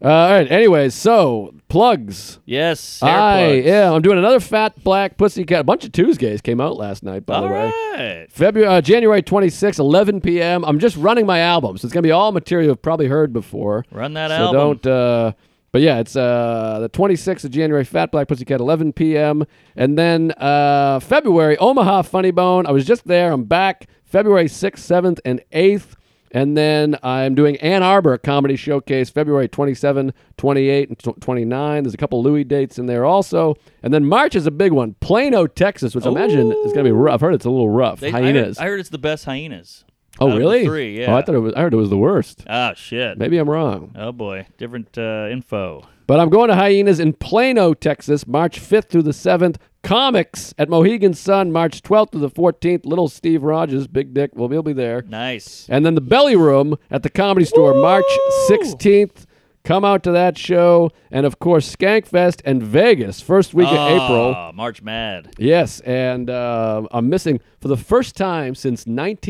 Speaker 3: Uh, all right. Anyways, so plugs.
Speaker 2: Yes. Hair
Speaker 3: I
Speaker 2: plugs.
Speaker 3: yeah, I'm doing another fat black pussycat. A bunch of Tuesdays came out last night, by
Speaker 2: All
Speaker 3: the way.
Speaker 2: right.
Speaker 3: February, uh, January 26, 11 p.m. I'm just running my album, so it's gonna be all material you've probably heard before.
Speaker 2: Run that
Speaker 3: so
Speaker 2: album.
Speaker 3: don't. Uh, but yeah, it's uh, the 26th of January, Fat Black Pussycat, 11 p.m. And then uh, February, Omaha Funny Bone. I was just there. I'm back. February 6th, 7th, and 8th. And then I'm doing Ann Arbor Comedy Showcase February 27, 28, and tw- 29. There's a couple Louis dates in there also. And then March is a big one. Plano, Texas, which I imagine is going to be rough. I've heard it's a little rough.
Speaker 2: They- I heard-
Speaker 3: Hyenas.
Speaker 2: I heard, it's the best hyenas. out
Speaker 3: oh,
Speaker 2: of the
Speaker 3: really?
Speaker 2: three,
Speaker 3: Oh,
Speaker 2: yeah.
Speaker 3: I thought it was. I heard it was the worst.
Speaker 2: Ah, shit.
Speaker 3: Maybe I'm wrong.
Speaker 2: Oh boy, different uh, info.
Speaker 3: But I'm going to Hyenas in Plano, Texas, March 5th through the 7th. Comics at Mohegan Sun, March 12th through the 14th. Little Steve Rogers, Big Dick, well, he'll be there.
Speaker 2: Nice.
Speaker 3: And then the Belly Room at the Comedy Store, March 16th. Come out to that show. And of course, Skankfest and Vegas, first week of April.
Speaker 2: Ah, March Mad.
Speaker 3: Yes, and uh, I'm missing for the first time since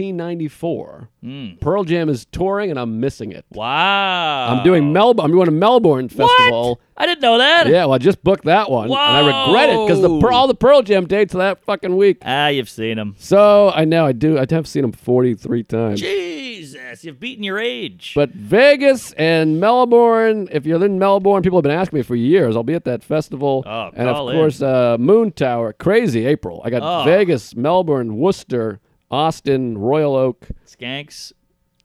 Speaker 3: 1994.
Speaker 2: Hmm.
Speaker 3: Pearl Jam is touring, and I'm missing it.
Speaker 2: Wow.
Speaker 3: I'm doing Melbourne. I'm going to Melbourne Festival.
Speaker 2: What? I didn't know that.
Speaker 3: Yeah, well, I just booked that one, and I regret it because the
Speaker 2: Whoa.
Speaker 3: Pearl- all the Pearl Jam dates are that fucking week.
Speaker 2: Ah, you've seen him.
Speaker 3: So I know I do. I have seen them forty three times.
Speaker 2: Jesus, you've beaten your age.
Speaker 3: But Vegas and Melbourne. If you're in Melbourne, people have been asking me for years. I'll be at that festival,
Speaker 2: Oh,
Speaker 3: and of
Speaker 2: call in.
Speaker 3: course uh, Moon Tower. Crazy April. I got
Speaker 2: Oh.
Speaker 3: Vegas, Melbourne, Worcester, Austin, Royal Oak.
Speaker 2: Skanks.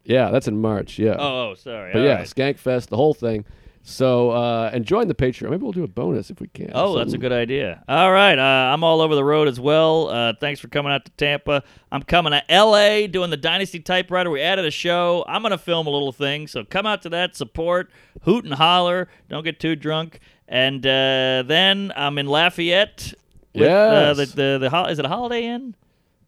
Speaker 3: Yeah, that's in March. Yeah.
Speaker 2: Oh, oh, sorry.
Speaker 3: But
Speaker 2: All
Speaker 3: yeah,
Speaker 2: right.
Speaker 3: Skankfest, the whole thing. So uh, and join the Patreon. Maybe we'll do a bonus if we can.
Speaker 2: Oh, that's a good idea. All right, uh, I'm all over the road as well. Uh, thanks for coming out to Tampa. I'm coming to L.A. doing the Dynasty Typewriter. We added a show. I'm gonna film a little thing, so come out to that. Support, hoot and holler. Don't get too drunk. And uh, then I'm in Lafayette. With, uh,
Speaker 3: Yes.
Speaker 2: the, the, the hol- is it a Holiday Inn?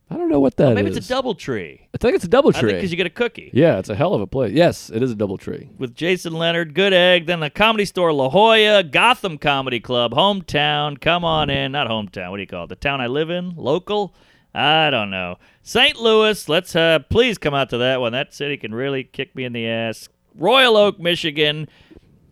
Speaker 3: I don't know what that is.
Speaker 2: Oh, Maybe it's a double tree.
Speaker 3: I think it's a double
Speaker 2: I
Speaker 3: tree.
Speaker 2: think because you get a cookie.
Speaker 3: yeah, it's a hell of a place. Yes, it is a double tree.
Speaker 2: with Jason Leonard, Good Egg, then the Comedy Store, La Jolla, Gotham Comedy Club, hometown. Come on in, not hometown. What do you call it? The town I live in, local. I don't know. St. Louis. Let's uh, please come out to that one. That city can really kick me in the ass. Royal Oak, Michigan.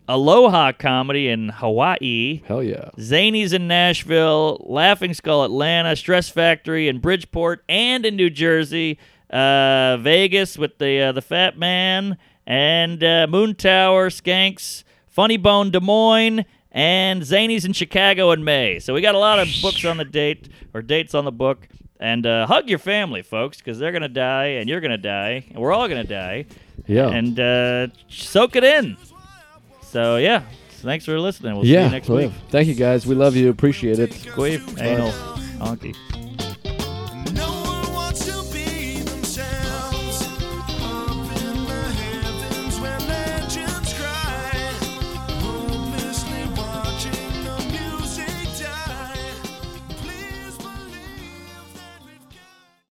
Speaker 2: Aloha Comedy in Hawaii.
Speaker 3: Hell yeah.
Speaker 2: Zanies in Nashville, Laughing Skull Atlanta, Stress Factory in Bridgeport and in New Jersey, uh, Vegas with the uh, the Fat Man and uh, Moon Tower, Skanks, Funny Bone Des Moines, and Zanies in Chicago in May. So we got a lot of books on the date or dates on the book. And uh, hug your family, folks, because they're gonna die and you're gonna die and we're all gonna die.
Speaker 3: Yeah.
Speaker 2: And uh, soak it in. So yeah, thanks for listening. We'll see
Speaker 3: yeah.
Speaker 2: you next
Speaker 3: well,
Speaker 2: week.
Speaker 3: Thank you guys. We love you. Appreciate it.
Speaker 2: Squeef, anal, honky.